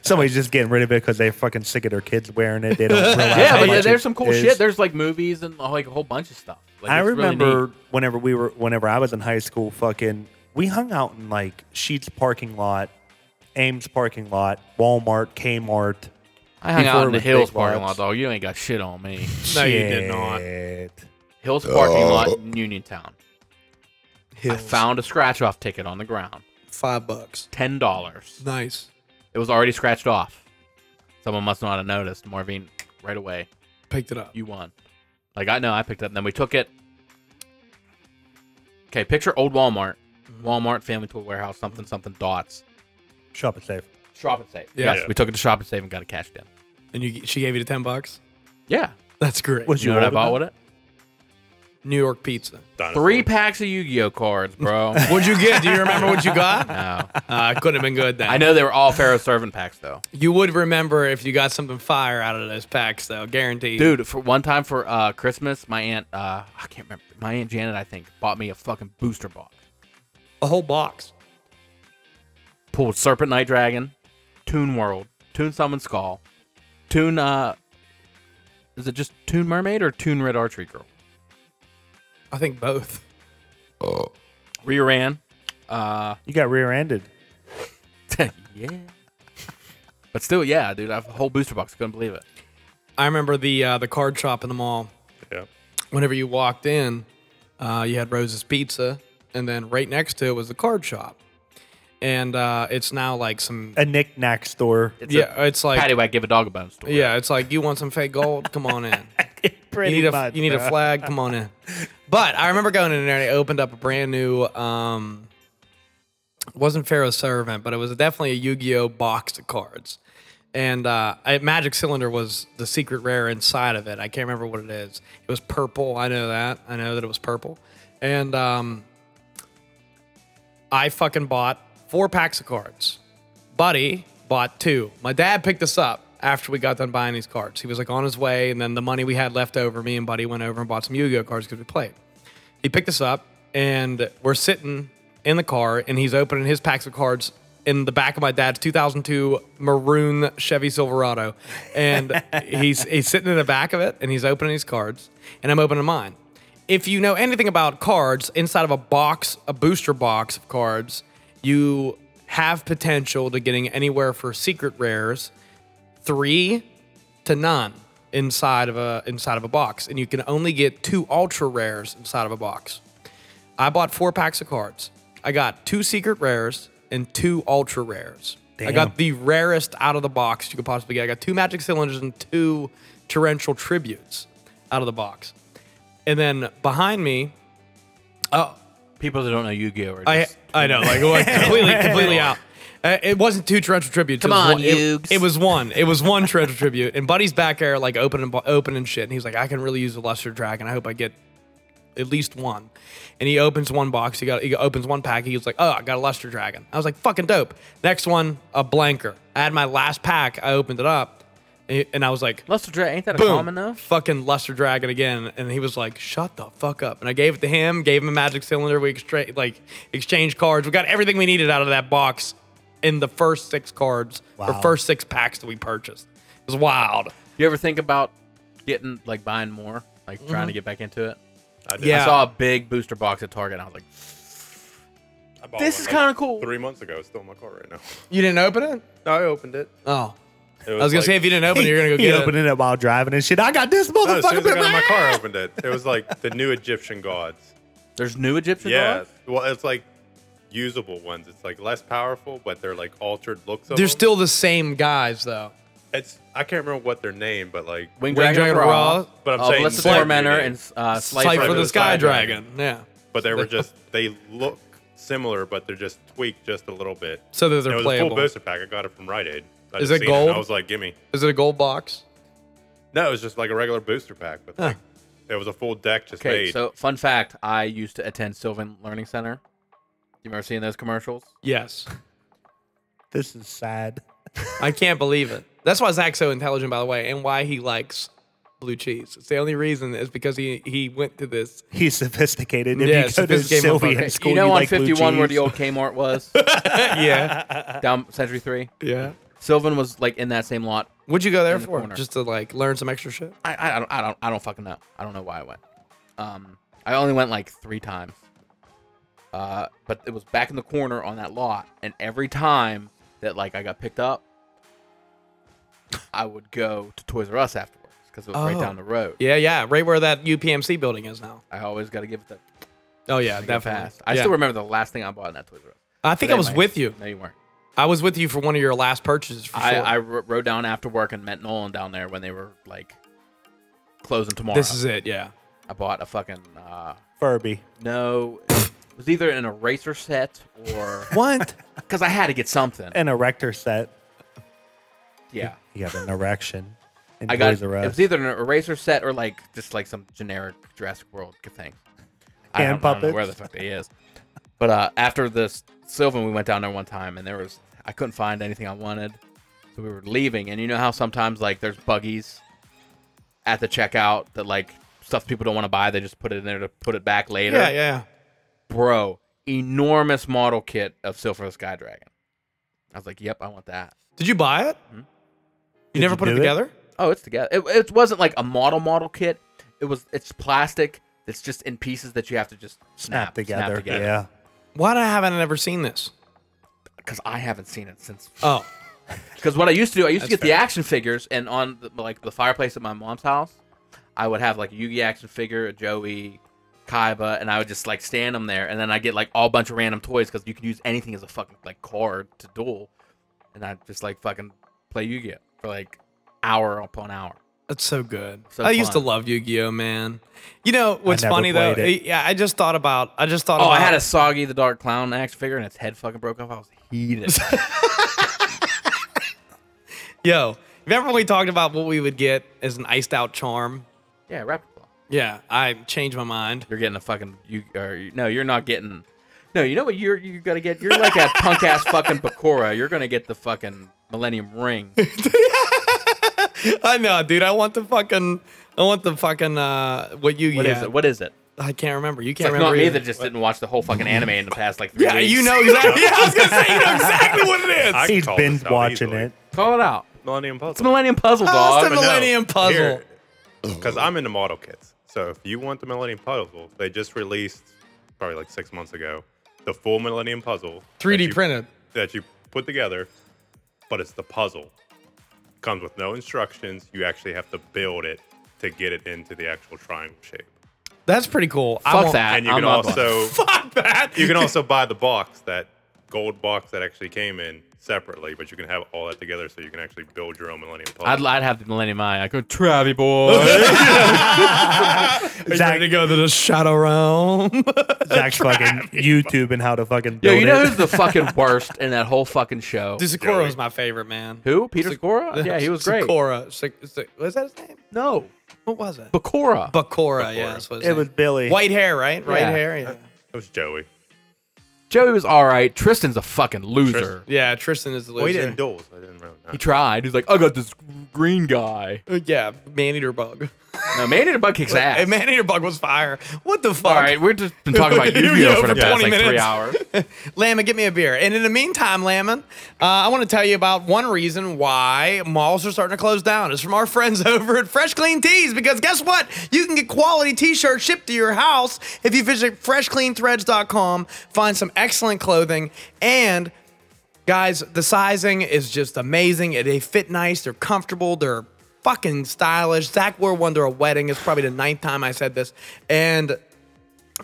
B: somebody's just getting rid of it because they're fucking sick of their kids wearing it. They don't realize.
D: yeah,
B: how
D: but
B: much
D: there's
B: it
D: some cool
B: is.
D: shit. There's like movies and like a whole bunch of stuff. Like,
B: I
D: it's really neat.
B: remember whenever we were, whenever I was in high school, fucking, we hung out in like Sheets parking lot, Ames parking lot, Walmart, Kmart.
D: I hung
B: before
D: out
B: it
D: in the
B: was
D: Hills
B: big
D: parking
B: lots.
D: lot, dog. You ain't got shit on me.
A: No, you did not.
B: Shit.
D: Hills parking lot
B: Uh,
D: in Uniontown. I found a scratch off ticket on the ground.
A: Five bucks.
D: Ten dollars.
A: Nice.
D: It was already scratched off. Someone must not have noticed. Marvin right away.
A: Picked it up.
D: You won. Like I know I picked it up and then we took it. Okay, picture old Walmart. Walmart family tool warehouse, something, something dots.
B: Shop it safe.
D: Shop and save.
A: Yeah.
D: Yes, we took it to shop and save and got it cashed in.
A: and you, she gave you the ten bucks.
D: Yeah.
A: That's great.
B: Was
D: You know what I bought with it?
A: New York pizza.
D: Three packs of Yu-Gi-Oh cards, bro.
A: What'd you get? Do you remember what you got? Uh,
D: no.
A: I couldn't have been good then.
D: I know they were all Pharaoh servant packs though.
A: You would remember if you got something fire out of those packs, though, guaranteed.
D: Dude, for one time for uh, Christmas, my aunt uh, I can't remember my aunt Janet I think bought me a fucking booster box.
A: a whole box.
D: Pulled Serpent Night Dragon, Toon World, Toon Summon Skull, Toon uh is it just Toon Mermaid or Toon Red Archery Girl?
A: I think both.
D: Reran. Uh
B: You got rear-ended.
D: yeah. But still, yeah, dude, I have a whole booster box. Couldn't believe it.
A: I remember the uh, the card shop in the mall.
C: Yeah.
A: Whenever you walked in, uh, you had Rose's Pizza, and then right next to it was the card shop, and uh, it's now like some.
B: A knick-knack store.
D: It's
A: yeah,
D: a
A: it's like
D: paddywhack give a dog a bone story.
A: yeah, it's like you want some fake gold? Come on in.
B: Pretty
A: you need a
B: much,
A: you need
B: bro.
A: a flag. Come on in. But I remember going in there and they opened up a brand new. um it wasn't Pharaoh Servant, but it was definitely a Yu-Gi-Oh box of cards, and uh, I, Magic Cylinder was the secret rare inside of it. I can't remember what it is. It was purple. I know that. I know that it was purple. And um, I fucking bought four packs of cards. Buddy bought two. My dad picked us up after we got done buying these cards. He was like on his way, and then the money we had left over, me and Buddy went over and bought some Yu-Gi-Oh cards because we played. He picked us up, and we're sitting in the car, and he's opening his packs of cards in the back of my dad's 2002 maroon Chevy Silverado, and he's he's sitting in the back of it, and he's opening his cards, and I'm opening mine. If you know anything about cards, inside of a box, a booster box of cards, you have potential to getting anywhere for secret rares three to none inside of a inside of a box, and you can only get two ultra rares inside of a box. I bought four packs of cards. I got two secret rares and two ultra rares. I got the rarest out of the box you could possibly get. I got two magic cylinders and two torrential tributes out of the box. And then behind me,
D: People that don't know Yu-Gi-Oh! Are
A: I
D: just-
A: I know, like what, completely completely out. Uh, it wasn't two torrential tributes. Come it was
D: on,
A: one, it,
D: Ukes.
A: it was one. It was one torrential tribute. And Buddy's back air like opening bo- opening shit, and he's like, I can really use the lesser dragon. I hope I get at least one. And he opens one box. He got he opens one pack. He was like, oh, I got a luster dragon. I was like, fucking dope. Next one, a blanker. I had my last pack. I opened it up, and and I was like,
D: Luster Dra- ain't that a
A: boom,
D: common though?
A: fucking Luster Dragon again. And he was like, shut the fuck up. And I gave it to him, gave him a magic cylinder. We extra- like exchanged cards. We got everything we needed out of that box in the first six cards
B: Wow.
A: or first six packs that we purchased. It was wild.
D: You ever think about getting like buying more, like trying to get back into it? I
A: Yeah.
D: I saw a big booster box at Target, and I was like,
C: I bought
D: "This
C: one
D: is
C: like
D: kind of cool."
C: Three months ago, it's still in my car right now.
A: You didn't open it?
C: No, I opened it.
A: Oh.
C: It
A: I was going to
C: like-
A: say, if you didn't open it, you're going to go
B: He
A: get it.
B: opened it up while driving and shit. I got this
C: No, as soon
B: motherfucker.
C: as I got in my car, I opened it. It was like the new Egyptian gods.
D: There's new Egyptian
C: Yeah.
D: gods?
C: Well, it's like usable ones. It's like less powerful, but they're like altered looks. Of
A: They're
C: them.
A: still the same guys, though.
C: It's I can't remember what their name, but like
D: Wing
A: Wing
D: Dragon,
A: Dragon
D: Dragon Raw,
A: Raw,
C: but I'm
D: uh,
C: saying
D: Blessed
C: Slayer
D: Tormentor,
C: Unit.
D: and uh, Slice
A: Sight
C: for
A: for
C: the
A: the Sky
C: Sky
A: Dragon. Yeah.
C: but they were just they look similar, but they're just tweaked just a little bit.
A: So that
C: And
A: they're
C: it was a
A: playable.
C: full booster pack. I got it from Rite Aid. I
A: Is
C: just
A: it
C: seen and
A: gold?
C: I was like, give me.
A: Is it a gold box?
C: No, it was just like a regular booster pack, but like, it was a full deck just
D: Okay,
C: made.
D: so fun fact: I used to attend Sylvan Learning Center. You remember seeing those commercials?
A: Yes.
B: This is sad.
A: I can't believe it. That's why Zach's so intelligent, by the way, and why he likes blue cheese. It's the only reason is because he he went to this.
B: He's sophisticated. If
A: Yeah,
B: you go to
A: sophisticated
B: Sylvian
A: motherfucker.
B: school,
D: you know, on
B: like blue
D: 51 where
B: cheese.
D: the old Kmart was
A: Yeah,
D: down Century Three.
A: yeah.
D: Sylvan was like in that same lot.
A: What'd you go there
D: the
A: for?
D: corner.
A: Just to like learn some extra shit.
D: I, I don't I don't I don't fucking know. I don't know why I went. Um, I only went like three times. Uh, but it was back in the corner on that lot, and every time that like I got picked up, I would go to Toys R Us afterwards because it was right
A: Oh.
D: down the road.
A: Yeah, yeah. Right where that UPMC building is now.
D: I always got to give it the
A: Oh yeah,
D: that
A: definitely.
D: fast. I
A: Yeah.
D: still remember the last thing I bought in that Toys R Us.
A: I think I was with you.
D: No, you weren't.
A: I was with you for one of your last purchases. For
D: I,
A: sure.
D: I ro- rode down after work and met Nolan down there when they were like closing tomorrow.
A: this is it. Yeah.
D: I bought a fucking uh,
B: Furby.
D: no. It was either an eraser set or
A: What?
D: because I had to get something.
B: An erector set.
D: Yeah,
B: You have an erection. And
D: I got.
B: Toys
D: It
B: R Us.
D: was either an eraser set or like just like some generic Jurassic World thing. I
B: Hand
D: don't, I don't know
B: puppets.
D: where the fuck they is. But uh, after this Sylvan, we went down there one time and there was I couldn't find anything I wanted, so we were leaving. And you know how sometimes like there's buggies at the checkout that like stuff people don't want to buy, they just put it in there to put it back later.
A: yeah, yeah.
D: Bro, enormous model kit of Silver Sky Dragon. I was like, yep, I want that.
A: Did you buy it?
D: Hmm?
A: You never
B: you
A: put it
B: do it?
A: together.
D: Oh, it's together. It, it wasn't like a model model kit. It was it's plastic. It's just in pieces that you have to just snap,
B: Snap together.
D: Snap together.
B: Yeah.
A: Why do I haven't I never seen this?
D: Because I haven't seen it since
A: Oh,
D: Because what I used to do, I used to get the action figures, and on the, like the fireplace at my mom's house, I would have like a Yugi action figure, a Joey, Kaiba, and I would just like stand them there, and then I get like all bunch of random toys because you can use anything as a fucking like card to duel, and I just like fucking play Yu-Gi-Oh for like hour upon hour.
A: That's so good.
D: So
A: I used to
D: fun.
A: love Yu-Gi-Oh, man. You know what's
B: never
A: funny though?
B: played it.
A: I- Yeah, I just thought about. I just thought.
D: Oh,
A: about,
D: I had a Soggy the Dark Clown action figure, and its head fucking broke off. I was heated.
A: Yo, remember when we talked about what we would get as an iced out charm?
D: Yeah, Rappaklaw.
A: Yeah, I changed my mind.
D: You're getting a fucking you or no, you're not getting. No, you know what you're you gotta get. You're like that punk ass fucking Bakura. You're gonna get the fucking Millennium Ring.
A: I know, dude. I want the fucking. I want the fucking. Uh, what you
D: What is
A: get?
D: it? What is it?
A: I can't remember. You
D: It's
A: can't
D: like not
A: remember
D: me
A: either.
D: that just didn't watch the whole fucking anime in the past like three
A: Yeah,
D: weeks.
A: you know exactly. Yeah, I was gonna say you know exactly what it is.
C: I
B: He's
C: call
B: been
C: this out
B: watching
C: easily.
B: it.
D: Call it out.
C: Millennium Puzzle.
D: It's Millennium Puzzle,
A: Oh,
D: dog.
A: it's the Millennium Puzzle.
C: Because I'm into model kits. So if you want the Millennium Puzzle, they just released probably like six months ago the full Millennium Puzzle. that
A: 3D
C: you-
A: printed.
C: That you put together, but it's the puzzle. Comes with no instructions. You actually have to build it to get it into the actual triangle shape.
A: That's pretty cool. I
D: Fuck
A: want-
D: that.
C: And you
D: I'm
C: can
D: not buying it.
C: also
A: Fuck that.
C: you can also buy the box, that gold box that actually came in separately, but you can have all that together so you can actually build your own Millennium Puzzle.
D: I'd, I'd have the Millennium Eye. I go, Travi boy.
A: Zach, ready to go to the shadow realm.
B: Zach's fucking YouTube and how to fucking
D: Yo,
B: build
D: you know
B: it.
D: who's the fucking worst in that whole fucking show?
A: Sakura was my favorite man.
D: Who? Peter Sakura? Yeah, he was great.
A: Sakura. Sa- Sa- was that his name?
D: No,
A: What was it?
D: Bakura.
A: Bakura. Yeah, that's what his
B: It
A: name-
B: was Billy.
A: White hair, right? Right
D: Yeah.
A: hair. Yeah.
C: That was Joey.
D: Joey was all right. Tristan's a fucking loser.
A: Yeah, Tristan is the
C: Well, he
A: loser.
C: didn't duels. I didn't remember.
D: He tried. He's like, I got this green guy.
A: Uh, yeah, man eater bug.
D: No, man in a bug kicks ass.
A: Hey, man eater bug was fire. What the fuck?
D: all right, we've just been talking about
A: Yu-Gi-Oh
D: Yu-Gi-Oh for the
A: for
D: past
A: 20
D: like three
A: minutes.
D: hours.
A: Lamon, get me a beer. And in the meantime, Lamon, uh, I want to tell you about one reason why malls are starting to close down. It's from our friends over at Fresh Clean Tees because guess what? You can get quality t-shirts shipped to your house if you visit freshcleanthreads.com, find some excellent clothing, and Guys, the sizing is just amazing. They fit nice. They're comfortable. They're fucking stylish. Zach wore one to a wedding. It's probably the ninth time I said this. And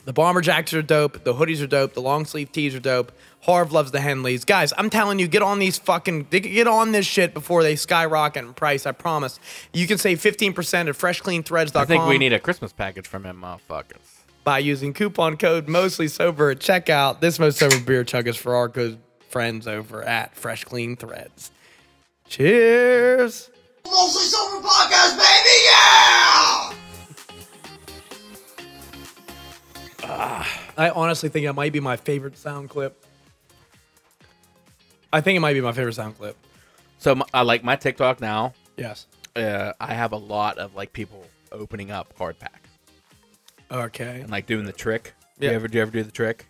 A: the bomber jackets are dope. The hoodies are dope. The long sleeve tees are dope. Harv loves the Henleys. Guys, I'm telling you, get on these fucking, get on this shit before they skyrocket in price. I promise. You can save 15% at freshcleanthreads.com
D: I think we need a Christmas package from him, motherfuckers.
A: by using coupon code mostly sober at checkout. This most sober beer chug is for our good friends over at Fresh Clean Threads. Cheers.
F: Mostly Sober Podcast, baby! Yeah!
A: I honestly think that might be my favorite sound clip. I think it might be my favorite sound clip.
D: So my, I like my TikTok now.
A: Yes.
D: Uh, I have a lot of like people opening up card packs
A: Okay.
D: and like doing the trick.
A: Yeah.
D: You ever do you ever do the trick?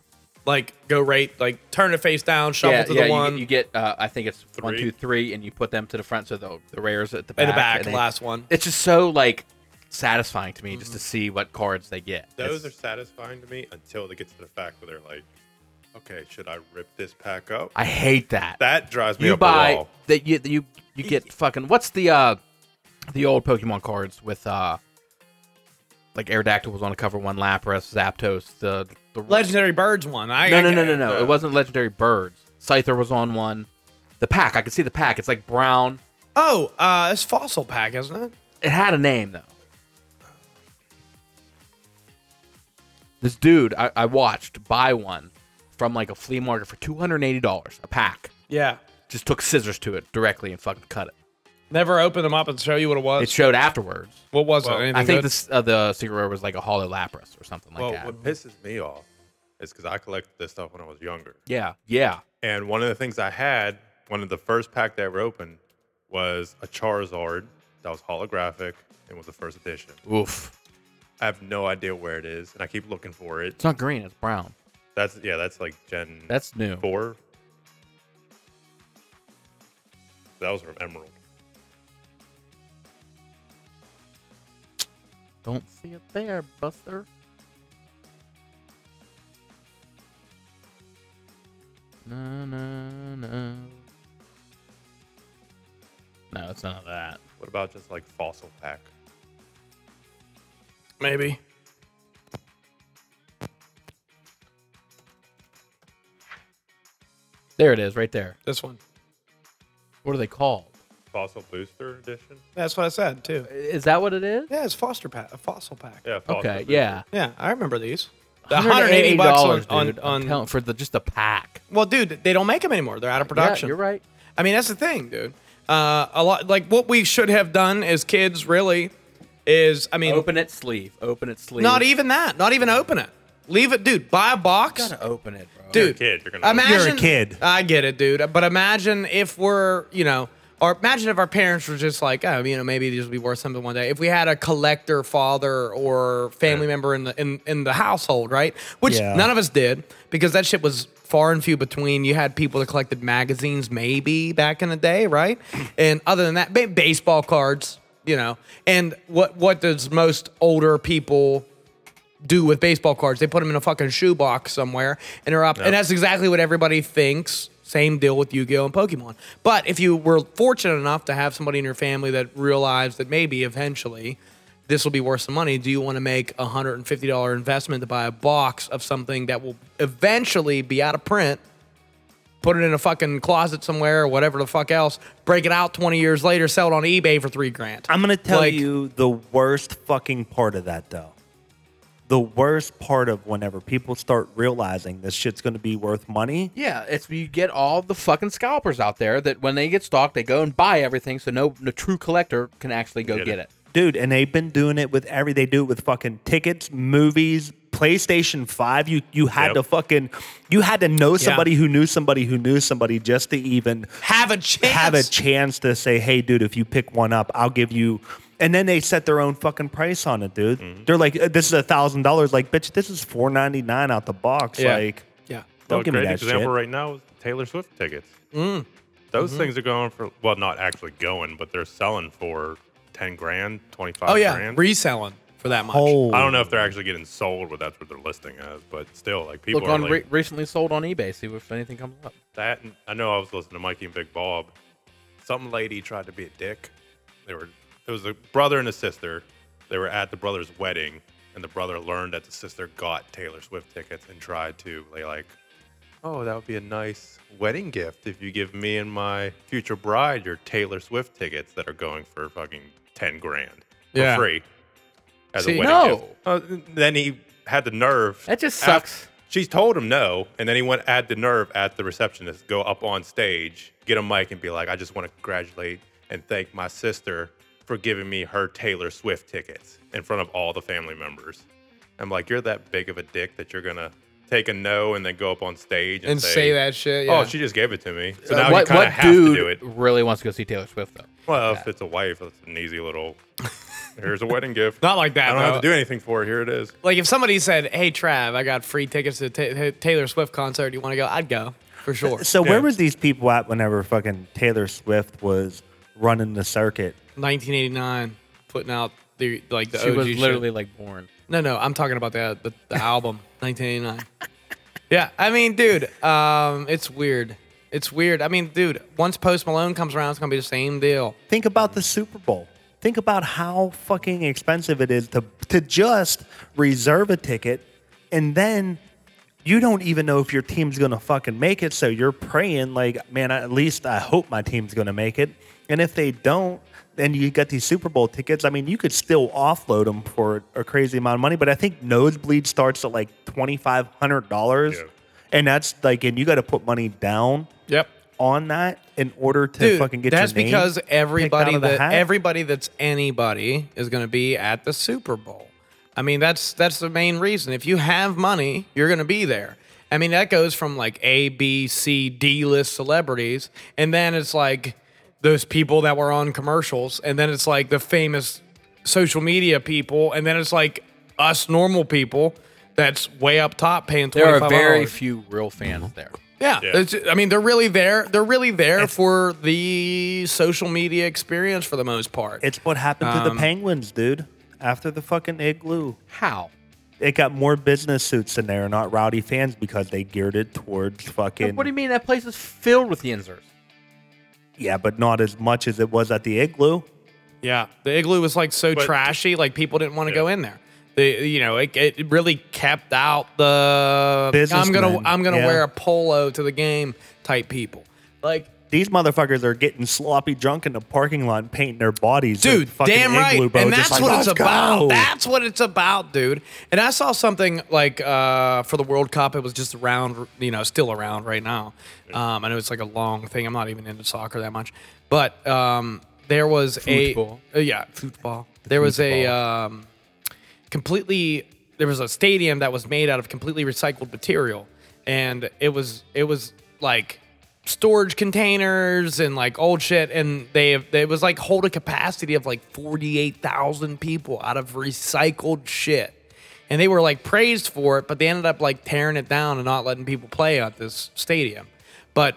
A: Like go right, like turn it face down, shuffle to the
D: you
A: one
D: get- You, get, uh, I think it's one,
C: Three.
D: two, three, and you put them to the front, so the the rares at the back.
A: in the back,
D: and they-
A: last one.
D: It's just so like satisfying to me just to see what cards they get.
C: Mm-hmm. Those are
D: It's-
C: satisfying to me until they get to the fact where they're like, okay, should I rip this pack up?
D: I hate that.
C: that drives me
D: you
C: up a
D: buy
C: wall.
D: that you you you get fucking what's the uh the old Pokemon cards with uh like Aerodactyl was on the cover one Lapras Zapdos the the
A: Legendary Birds one. I
D: no no
A: I-
D: no no no it wasn't legendary birds Scyther was on one the pack I could see the pack it's like brown
A: Oh, uh, it's fossil pack, isn't it?
D: It had a name though. This dude I, I watched buy one from like a flea market for two hundred and eighty dollars a pack.
A: Yeah.
D: Just took scissors to it directly and fucking cut it.
A: Never open them up and show you what it was.
D: It showed afterwards.
A: what was it? Anything
D: I think
A: good?
D: this uh, the secret rare was like a hollow Lapras or something like
C: Well,
D: that.
C: what pisses me off is because I collected this stuff when I was younger.
D: Yeah, yeah.
C: And one of the things I had, one of the first pack that I ever opened, was a Charizard that was holographic and was the first edition.
D: Oof.
C: I have no idea where it is, and I keep looking for it.
D: It's not green. It's brown.
C: That's yeah, that's like Gen
D: That's new.
C: four. That was from Emerald.
D: Don't see it there, Buster. No, no, no. No, it's none of that.
C: What about just like fossil pack?
A: maybe.
D: There it is, right there.
A: This one.
D: What are they called?
C: Fossil booster edition?
A: That's what I said too.
D: Is that what it is?
A: Yeah, it's foster pack, a fossil pack.
C: Yeah, fossil
D: Okay,
C: booster.
D: yeah.
A: Yeah, I remember these. The
D: $180
A: 180 bucks on,
D: dude. I'm
A: on, on
D: telling- for the just a pack.
A: well, dude, they don't make them anymore. They're out of production.
D: Yeah, you're right.
A: I mean, that's the thing, dude. Uh, a lot like what we should have done as kids, really, is I mean,
D: Open it sleeve. Open it sleeve.
A: not e- even that, not even open it. Leave it, dude. Buy a box,
D: Gotta open it, bro.
A: dude.
C: kid, you're gonna open it.
A: imagine,
B: You're a kid.
A: I get it, dude. But imagine if we're, you know, or imagine if our parents were just like, oh, you know, maybe these will be worth something one day. If we had a collector father or family member in the in, in the household, right? Which
B: Yeah.
A: none of us did because that shit was far and few between. You had people that collected magazines, maybe back in the day, right? and other than that, ba- baseball cards, you know. And what what does most older people do with baseball cards. They put them in a fucking shoebox somewhere and they're up. And that's exactly what everybody thinks. Same deal with Yu Gi Oh! and Pokemon. But if you were fortunate enough to have somebody in your family that realized that maybe eventually this will be worth some money, do you want to make a $150 investment to buy a box of something that will eventually be out of print? Put it in a fucking closet somewhere or whatever the fuck else, break it out 20 years later, sell it on eBay for three grand.
B: I'm gonna tell
A: Like-
B: you the worst fucking part of that though. The worst part of whenever people start realizing this shit's gonna be worth money.
D: Yeah, it's you get all the fucking scalpers out there that when they get stalked, they go and buy everything, so no, no true collector can actually go
C: Get
D: get
C: it.
D: it.
B: Dude, and they've been doing it with every they do it with fucking tickets, movies, PlayStation 5. You you had
C: Yep.
B: to fucking you had to know somebody who knew somebody who knew somebody just to even
A: Have a chance.
B: have a chance to say, "Hey, dude, if you pick one up, I'll give you." And then they set their own fucking price on it, dude. They're like, uh, "This is a thousand dollars." Like, bitch, this is four ninety nine out the box.
A: Yeah.
B: Like,
A: yeah.
B: don't
C: a
B: give me
C: great
B: that
C: example
B: shit.
C: right now is Taylor Swift tickets.
D: Mm.
C: Those
D: Mm-hmm.
C: things are going for well, not actually going, but they're selling for ten grand, twenty five.
A: Oh, yeah.
C: grand.
A: Reselling for that much.
B: Oh,
C: I don't know if they're actually getting sold, but that's what they're listing as. But still, like people
D: Look
C: are
D: on
C: like
D: re- recently sold on eBay, see if anything comes up.
C: that. And I know I was listening to Mikey and Big Bob. Some lady tried to be a dick. They were it was a brother and a sister. They were at the brother's wedding, and the brother learned that the sister got Taylor Swift tickets and tried to lay like, "Oh, that would be a nice wedding gift if you give me and my future bride your Taylor Swift tickets that are going for fucking ten grand for
A: Yeah.
C: free." As
A: See,
C: a wedding
D: no.
C: gift. Uh, then he had the nerve.
D: That just
C: af-
D: sucks.
C: She's told him no, and then he went at the nerve at the receptionist, go up on stage, get a mic, and be like, "I just want to congratulate and thank my sister for giving me her Taylor Swift tickets in front of all the family members." I'm like, "You're that big of a dick that you're gonna take a no and then go up on stage and,
A: and say that shit. Yeah.
C: Oh, she just gave it to me. So
D: Uh,
C: now you
D: what
C: kind
D: what
C: of have
D: dude
C: to do it.
D: really wants to go see Taylor Swift though?
C: Well, if it's a wife, that's an easy little. Here's a wedding gift.
A: Not like that,
C: I don't have
A: though.
C: to do anything for it. Here it is.
A: like if somebody said, "Hey Trav, I got free tickets to Ta Ta- Taylor Swift concert. Do you want to go?" I'd go for sure.
B: so where was these people at whenever fucking Taylor Swift was running the circuit?
A: 1989, putting out the like the
D: She
A: OG
D: was
A: shit.
D: literally like born.
A: No, no, I'm talking about the the, the album 1989. Yeah, I mean, dude, um, it's weird. It's weird. I mean, dude, once Post Malone comes around, it's gonna be the same deal.
B: Think about the Super Bowl. Think about how fucking expensive it is to to just reserve a ticket and then you don't even know if your team's gonna fucking make it. So you're praying like, man, at least I hope my team's gonna make it. And if they don't, then you got these Super Bowl tickets. I mean, you could still offload them for a crazy amount of money, but I think nosebleed starts at like twenty five hundred dollars,
C: Yeah.
B: and that's like, and you got to put money down
A: Yep.
B: on that in order to
A: Dude,
B: fucking get
A: that's
B: your name
A: because
B: picked out
A: everybody
B: of the
A: that
B: hat.
A: everybody that's anybody is going to be at the Super Bowl. I mean, that's that's the main reason. If you have money, you're going to be there. I mean, that goes from like A, B, C, D list celebrities, and then it's like those people that were on commercials, and then it's like the famous social media people, and then it's like us normal people that's way up top paying twenty
D: There
A: five
D: are
A: dollars.
D: very few real fans there.
A: Yeah,
C: Yeah.
A: it's- I mean they're really there. They're really there for the social media experience for the most part.
B: It's what happened to
A: Um,
B: the Penguins, dude. After the fucking igloo,
D: How?
B: it got more business suits in there, not rowdy fans, because they geared it towards fucking.
D: What do you mean that place is filled with the inserts?
B: Yeah, but not as much as it was at the igloo.
A: yeah, the igloo was like so
C: But-
A: trashy, like people didn't want to go in there. The, you know, it, it really kept out the I'm gonna
B: Businessmen,
A: I'm gonna
B: yeah.
A: wear a polo to the game type people. Like
B: These motherfuckers are getting sloppy drunk in the parking lot, and painting their bodies.
A: dude.
B: in fucking
A: Damn right,
B: igloo boats,
A: and
B: just
A: that's
B: like,
A: what it's
B: "Let's
A: about.
B: go."
A: That's what it's about, dude. And I saw something like uh, for the World Cup, it was just around, you know, still around right now. Um, and it was like a long thing. I'm not even into soccer that much, but um, there was
G: Football.
A: a uh, yeah, football. There was a um, completely there was a stadium that was made out of completely recycled material and it was it was like storage containers and like old shit and they it was like hold a capacity of like 48,000 people out of recycled shit and they were like praised for it but they ended up like tearing it down and not letting people play at this stadium but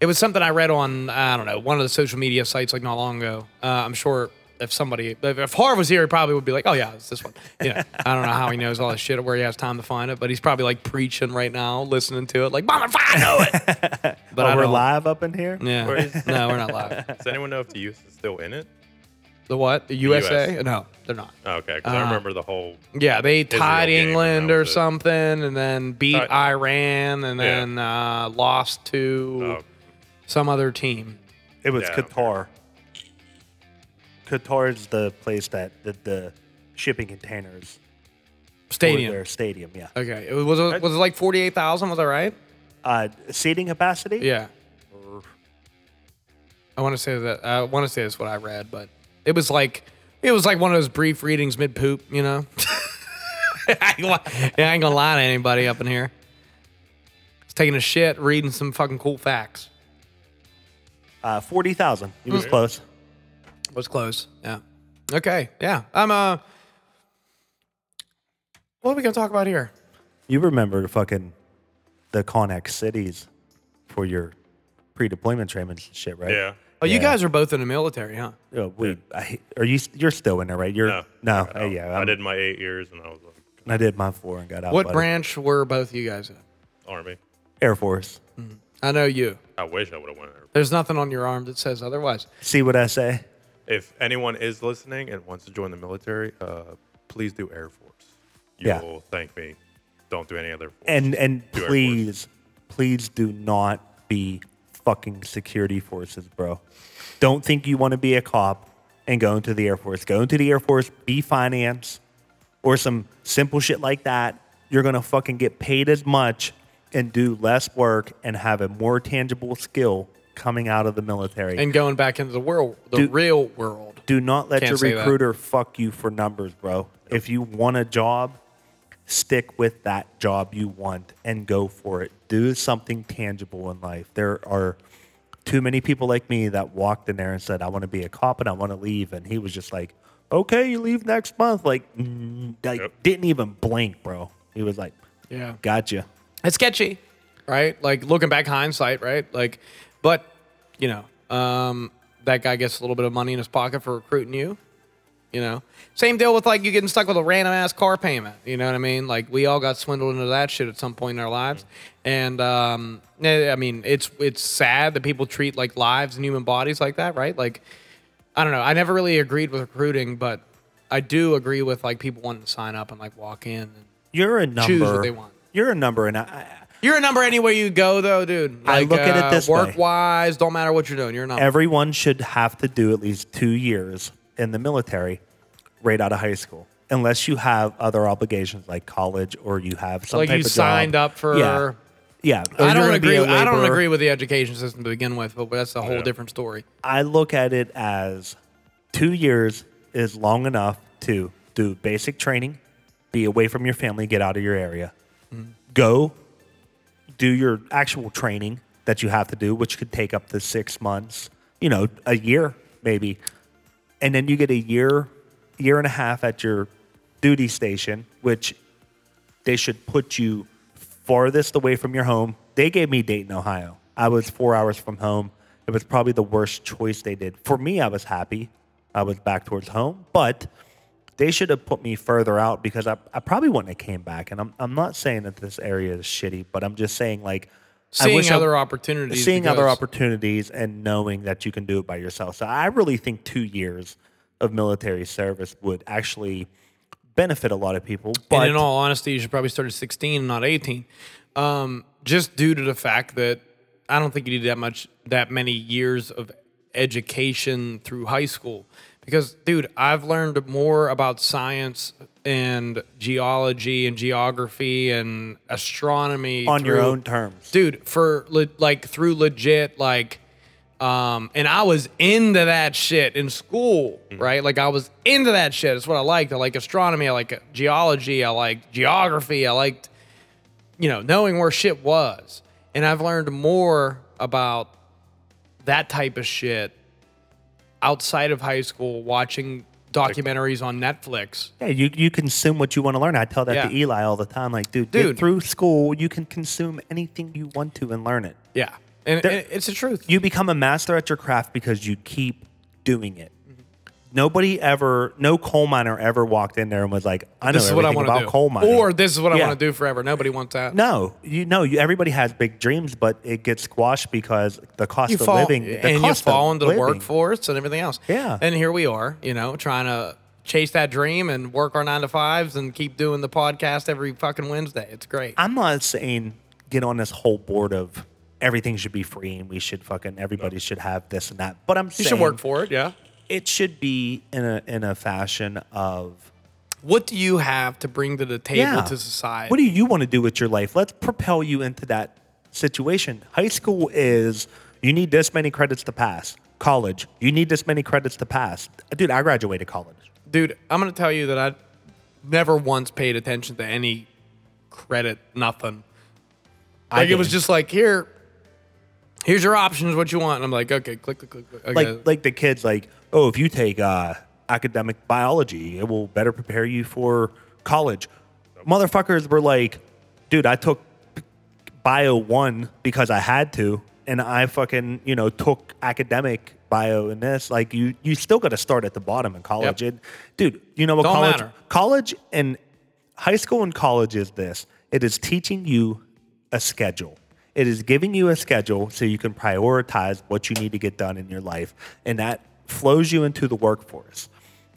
A: it was something I read on I don't know one of the social media sites like not long ago. Uh, I'm sure if somebody if, if Harv was here, he probably would be like, "Oh yeah, it's this one." You know, I don't know how he knows all this shit or where he has time to find it, but he's probably like preaching right now, listening to it, like "Motherfucker, I know it." But
B: Oh,
A: I
B: we're
A: don't-
B: live up in here.
A: Yeah, no, we're not live.
C: Does anyone know if the youth is still in it?
A: The what? The USA? No, they're not.
C: Oh, okay, because
A: Uh,
C: I remember the whole.
A: Yeah, they
C: Israel
A: tied
C: game,
A: England
C: that
A: or
C: was it.
A: something, and then beat
C: Alright.
A: Iran, and then uh, lost to
C: Oh,
A: some other team.
B: It was
C: Yeah.
B: Qatar. Qatar is the place that did the shipping containers for
A: Stadium.
B: their stadium. Yeah,
A: Okay, it was was it, was it like forty eight thousand? Was I right?
B: uh, seating capacity.
A: Yeah. I want to say that I want to say that's what I read, but it was like it was like one of those brief readings mid poop, you know. I ain't li- yeah, I ain't gonna lie to anybody up in here. It's taking a shit, reading some fucking cool facts.
B: Uh, forty thousand. It was close.
A: Was close. Yeah. Okay. Yeah. I'm uh. What are we gonna talk about here?
B: You remember the fucking the Connex cities for your pre-deployment trainings and shit, right?
C: yeah.
A: Oh, you
B: Yeah.
A: guys are both in the military, huh?
B: Uh, we, I, are you? You're still in there, right? You're
C: No.
B: no.
C: I,
B: uh, yeah,
C: I
B: I'm-
C: did my eight years and I was like,
B: I did my four and got out.
A: What
B: buddy.
A: branch were both you guys in?
C: Army.
B: Air Force.
A: I know you.
C: I wish I would have went there.
A: There's nothing on your arm that says otherwise.
B: See what I say?
C: If anyone is listening and wants to join the military, uh, please do Air Force. You
B: Yeah.
C: will thank me. Don't do any other. force.
B: And and
C: Do Air Force.
B: please, please do not be fucking security forces, bro. Don't think you want to be a cop and go into the Air Force. Go into the Air Force, be finance, or some simple shit like that. You're gonna fucking get paid as much and do less work and have a more tangible skill coming out of the military.
A: and going back into the world, the
B: Dude.
A: real world.
B: Do not let
A: Can't
B: your
A: say that.
B: recruiter fuck you for numbers, bro. If you want a job, stick with that job you want and go for it. Do something tangible in life. There are too many people like me that walked in there and said, I want to be a cop and I want to leave. And he was just like, okay, you leave next month. Like, mm, like
C: Yep.
B: didn't even blink, bro. He was like,
A: Yeah.
B: gotcha.
A: It's sketchy, right? Like looking back hindsight, right? Like, but you know, um, that guy gets a little bit of money in his pocket for recruiting you. You know, same deal with like you getting stuck with a random ass car payment. You know what I mean? Like we all got swindled into that shit at some point in our lives, and um, eh, I mean it's it's sad that people treat like lives and human bodies like that, right? Like I don't know. I never really agreed with recruiting, but I do agree with like people wanting to sign up and like walk in. And,
B: You're a number.
A: Choose what they want.
B: You're a number. And I, I,
A: you're a number anywhere you go, though, dude.
B: I look at it this way.
A: work wise, don't matter what you're doing. You're a number.
B: everyone should have to do at least two years in the military right out of high school unless you have other obligations like college or you have some
A: Like
B: type
A: you
B: of
A: signed
B: job.
A: up for-
B: yeah, yeah. Or
A: I
B: you're
A: don't
B: gonna
A: agree.
B: be a
A: I don't
B: laborer.
A: agree with the education system to begin with, but that's a whole different story.
B: I look at it as two years is long enough to do basic training, be away from your family, get out of your area,
A: Mm-hmm.
B: go do your actual training that you have to do, which could take up to six months, you know, a year maybe. And then you get a year, year and a half at your duty station, which they should put you farthest away from your home. They gave me Dayton, Ohio. I was four hours from home. It was probably the worst choice they did. For me, I was happy. I was back towards home, but they should have put me further out because I, I probably wouldn't have came back. And I'm, I'm not saying that this area is shitty, but I'm just saying like I wish
A: Seeing
B: I-
A: other opportunities.
B: seeing other
A: because-
B: opportunities and knowing that you can do it by yourself. So I really think two years of military service would actually benefit a lot of people. But
A: and in all honesty, you should probably start at 16 and not 18, um, just due to the fact that I don't think you need that much that many years of education through high school because dude, I've learned more about science and geology and geography and astronomy
B: on your
A: through-
B: own terms.
A: dude for le- like through legit like um and i was into that shit in school
B: Mm-hmm.
A: right like i was into that shit it's what i liked i like astronomy i like uh, geology i like geography i liked you know knowing where shit was and i've learned more about that type of shit outside of high school watching documentaries on netflix
B: Yeah, you, you consume what you want to learn. I tell that to
A: Yeah.
B: Eli all the time. Like, dude,
A: Dude.
B: get through school, you can consume anything you want to and learn it.
A: yeah and,
B: There-
A: and it's the truth
B: You become a master at your craft because you keep doing it.
A: Mm-hmm.
B: Nobody ever, no coal miner ever walked in there and was like, I know
A: this is what i
B: everything
A: want to
B: about
A: do
B: coal mining.
A: or this is what i
B: Yeah.
A: want to do forever nobody wants that
B: No, you know, you, everybody has big dreams, but it gets squashed because the cost
A: you
B: of
A: fall
B: living, the
A: and you
B: cost of
A: fall into the
B: living.
A: workforce and everything else.
B: Yeah.
A: And here we are, you know, trying to chase that dream and work our nine to fives and keep doing the podcast every fucking Wednesday. It's great.
B: I'm not saying get on this whole board of everything should be free and we should fucking everybody should have this and that. But I'm
A: you
B: saying
A: should work for it. Yeah.
B: it should be in a in a fashion of
A: What do you have to bring to the table
B: yeah,
A: to society?
B: What do you want to do with your life? Let's propel you into that situation. High school is you need this many credits to pass. College, you need this many credits to pass. Dude, I graduated college.
A: Dude, I'm going to tell you that I never once paid attention to any credit, nothing.
B: I
A: Like it was
B: didn't.
A: just like, here, here's your options, what you want. And I'm like, okay, click, click, click. click. I got it.
B: like like the kids like oh if you take uh, academic biology it will better prepare you for college motherfuckers were like dude i took bio one because i had to and i fucking you know took academic bio in this like you you still got to start at the bottom in college
A: Yep.
B: It- dude you know what
A: Don't
B: college
A: matter.
B: college and high school and college is this it is teaching you a schedule it is giving you a schedule so you can prioritize what you need to get done in your life and that flows you into the workforce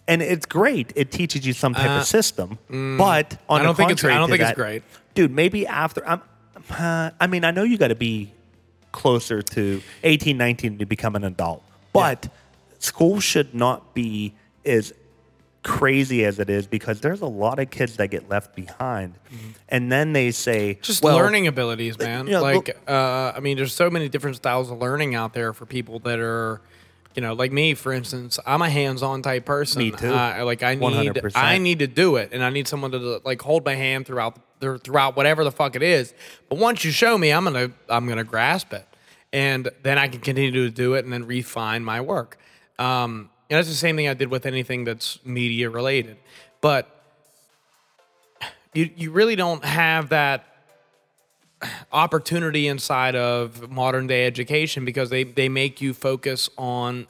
B: and it's great it teaches you some type
A: Uh,
B: of system
A: mm.
B: but on
A: I don't
B: the
A: think it's- I
B: contrary
A: don't
B: to
A: think it's
B: that-
A: great.
B: dude maybe after i'm uh, i mean i know you got to be closer to 18 19 to become an adult but school should not be as crazy as it is because there's a lot of kids that get left behind
A: Mm-hmm.
B: and then they say
A: just
B: well,
A: learning abilities, man.
B: yeah,
A: like,
B: look-
A: uh, I mean, there's so many different styles of learning out there for people that are, you know, like me, for instance. I'm a hands-on type person.
B: Me too.
A: I- like, I need,
B: 100%.
A: I need to do it, and I need someone to like hold my hand throughout, through- throughout whatever the fuck it is. But once you show me, I'm gonna, I'm gonna grasp it, and then I can continue to do it, and then refine my work. Um, and that's the same thing I did with anything that's media related, but you you really don't have that opportunity inside of modern day education because they they make you focus on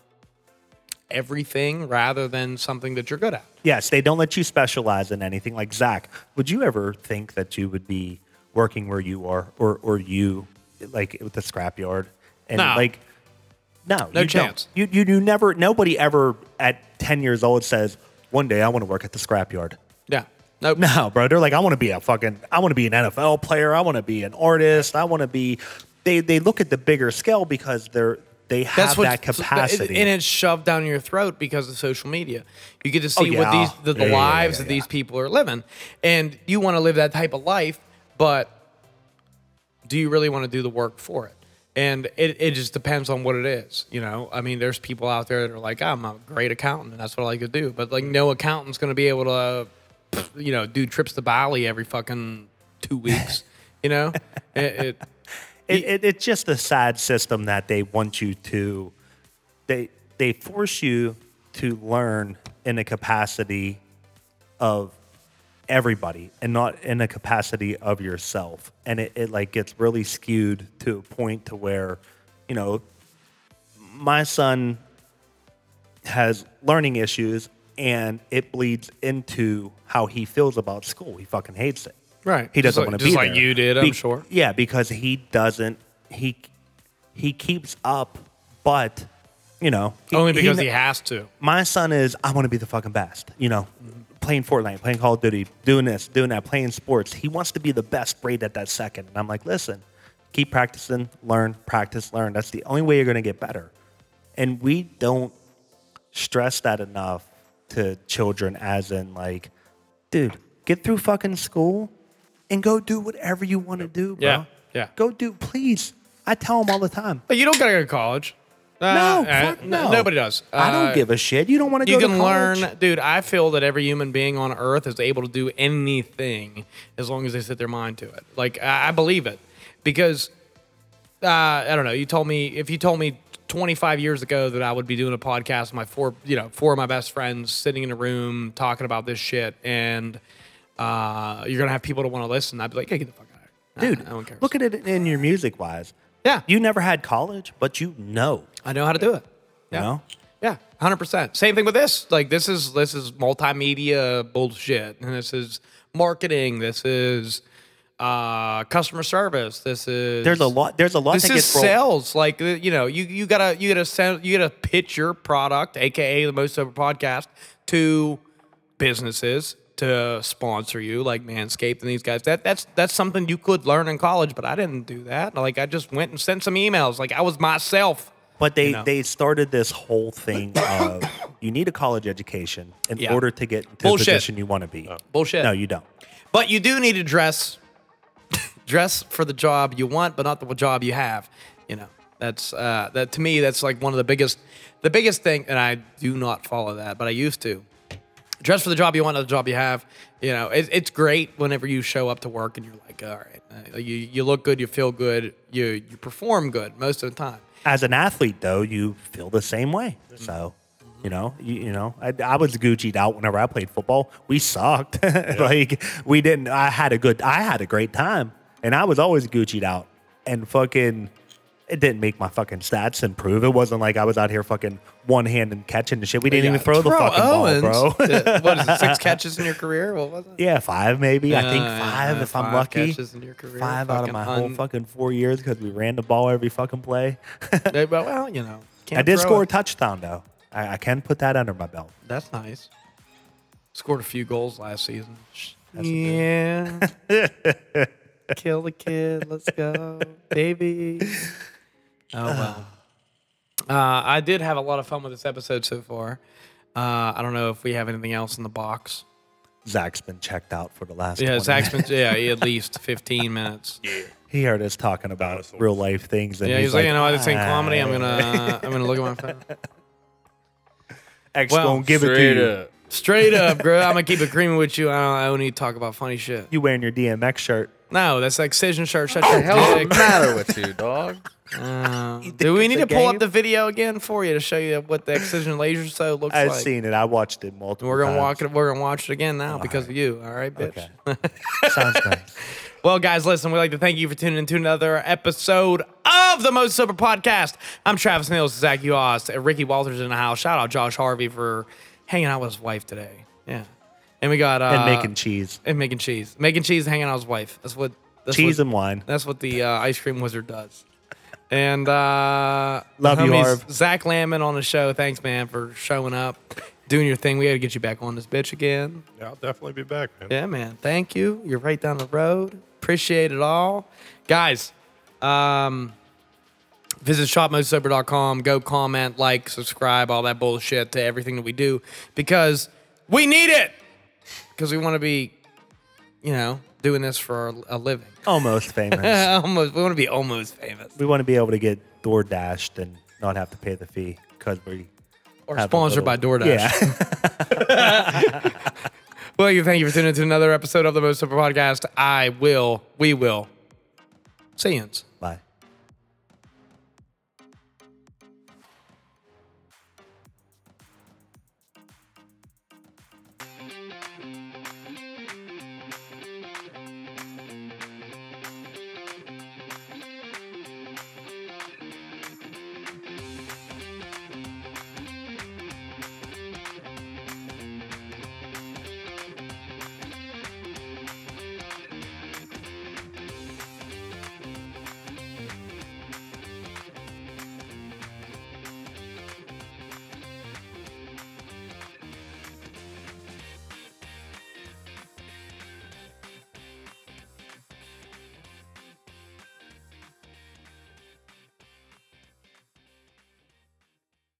A: everything rather than something that you're good at.
B: Yes, they don't let you specialize in anything. Like Zach, would you ever think that you would be working where you are, or or you like with the scrapyard and
A: No.
B: like no,
A: No
B: you
A: chance.
B: Don't. You, you you never. Nobody ever at ten years old says one day I want to work at the scrapyard.
A: Yeah. Nope.
B: No, bro. They're like, I want to be a fucking, I want to be an NFL player. I want to be an artist. I want to be. They they look at the bigger scale because they're they have
A: That's what
B: that capacity.
A: and it's shoved down your throat because of social media. You get to see what
B: Oh, yeah.
A: these the, the
B: Yeah, yeah,
A: lives
B: yeah,
A: that these people are living, and you want to live that type of life, but do you really want to do the work for it? And it, it just depends on what it is, you know. I mean, there's people out there that are like, I'm a great accountant, and that's what I like to do. But like, no accountant's going to be able to, pff, you know, do trips to Bali every fucking two weeks, you know. It, it,
B: it, it, it's just a sad system that they want you to they they force you to learn in a capacity of everybody and not in a capacity of yourself and it, it like gets really skewed to a point to where you know my son has learning issues and it bleeds into how he feels about school he fucking hates it
A: Right.
B: he
A: Just
B: doesn't
A: like-
B: want to be
A: just like
B: there.
A: you did, I'm sure.
B: Yeah, because he doesn't he he keeps up, but you know
A: only because
B: kn-
A: he has to.
B: My son is I want to be the fucking best. You know, playing Fortnite, playing Call of Duty, doing this, doing that, playing sports. He wants to be the best grade at that second, and I'm like, listen, Keep practicing, learn, practice, learn. That's the only way you're going to get better. And we don't stress that enough to children, as in, like, dude, get through fucking school and go do whatever you want to do, bro.
A: Yeah, yeah.
B: Go do, please. I tell them all the time.
A: But you don't gotta go to college.
B: No,
A: uh,
B: fuck
A: n-
B: no.
A: Nobody does.
B: I
A: Uh,
B: don't give a shit. You don't want to
A: You
B: go
A: can
B: to college.
A: learn, dude. I feel that every human being on Earth is able to do anything as long as they set their mind to it. Like I, I believe it, because uh, I don't know. You told me if you told me 25 years ago that I would be doing a podcast, with my four, you know, four of my best friends sitting in a room talking about this shit, and uh, you're gonna have people to want to listen. I'd be like, yeah, get the fuck out of here,
B: Dude,
A: I, I don't care.
B: look at it in your music wise.
A: yeah,
B: You never had college, but you know.
A: I know how to do it.
B: You
A: Yeah.
B: know?
A: Yeah, hundred percent. Same thing with this. Like this is this is multimedia bullshit, and this is marketing. This is uh, customer service. This is
B: There's a lot there's a lot
A: This
B: that
A: is
B: gets rolled-
A: sales. Like uh, you know, you you gotta you gotta send you gotta pitch your product, aka the most sober podcast, to businesses to sponsor you, like Manscaped and these guys. That that's that's something you could learn in college, but I didn't do that. Like I just went and sent some emails. Like I was myself.
B: But they,
A: know.
B: they started this whole thing of you need a college education in
A: Yeah.
B: order to get into
A: Bullshit.
B: the position you want to be.
A: Bullshit.
B: No, you don't.
A: But you do need to dress dress for the job you want, but not the job you have. You know, that's uh, that to me. That's like one of the biggest the biggest thing. And I do not follow that, but I used to dress for the job you want, not the job you have. You know, it, it's great whenever you show up to work and you're like, all right, uh, you you look good, you feel good, you you perform good most of the time.
B: As an athlete though, you feel the same way. So you know, you, you know, I, I was Gucci'd out whenever I played football. We sucked. like we didn't. I had a good. I had a great time, and I was always Gucci'd out. And fucking, it didn't make my fucking stats improve. It wasn't like I was out here fucking one hand and catching the shit. We didn't
A: Yeah.
B: even throw the
A: Terrell
B: fucking ball,
A: Owens,
B: bro.
A: did- what is it? Six catches in your career? What was it?
B: Yeah, five maybe. I think
A: Yeah,
B: five
A: yeah,
B: if
A: five
B: I'm lucky.
A: catches in your career.
B: Five out
A: Fucking
B: of my whole
A: un-
B: fucking four years because we ran the ball every fucking play.
A: They- well, well, you know, can't
B: I did
A: throw
B: score
A: it.
B: a touchdown though. I, I can put that under my belt.
A: That's nice. Scored a few goals last season. Yeah. Kill the kid. Let's go, baby. Oh, well. Uh, I did have a lot of fun with this episode so far. Uh, I don't know if we have anything else in the box.
B: Zach's been checked out for the last.
A: Yeah,
B: 20
A: Zach's been, yeah, at least 15 minutes.
B: He heard us talking about real life things, and
A: Yeah,
B: he's,
A: he's like, you know, what, this ain't
B: "Ah,
A: comedy. I'm gonna, I'm gonna look at my phone.
B: X
A: well,
B: gonna give it to you.
D: up.
A: Straight up, bro. I'm gonna keep it creaming with you. I don't, I don't need to talk about funny shit.
B: You wearing your DMX shirt?
A: No, that's like Cision shirt. Shut
B: Oh,
A: your
D: What's the
A: dick.
D: matter with you, dog?
A: Uh, do we need to pull up the video again for you to show you what the excision laser show looks
B: I've
A: like?
B: seen it. I watched it multiple.
A: We're gonna
B: times.
A: walk it. We're gonna watch it again now because of you. All right, bitch.
B: Okay. Sounds nice.
A: Well, guys, listen. We'd like to thank you for tuning in to another episode of the Most Sober Podcast. I'm Travis Nails, Zach Yost, and Ricky Walters in the house. Shout out Josh Harvey for hanging out with his wife today. Yeah, and we got uh,
B: And making cheese,
A: and making cheese, making cheese, and hanging out with his wife. That's what that's
B: cheese
A: what,
B: and wine.
A: That's what the uh, ice cream wizard does. And uh,
B: Love
A: the
B: you,
A: homies,
B: Arv.
A: Zach Lamon on the show. Thanks, man, for showing up, doing your thing. We got to get you back on this bitch again.
C: Yeah, I'll definitely be back, man.
A: Yeah, man. Thank you. You're right down the road. Appreciate it all, guys. Um, visit shopmostsober.com. Go comment, like, subscribe, all that bullshit to everything that we do because we need it. Because we want to be, you know, doing this for a living.
B: Almost famous.
A: almost, we want to be almost famous.
B: we want to be able to get door dashed and not have to pay the fee because we
A: Or
B: have a
A: sponsored by
B: little-
A: DoorDash.
B: Yeah.
A: Well, you thank you for tuning in to another episode of the Most Super Podcast. I will, we will. See you.
B: Bye.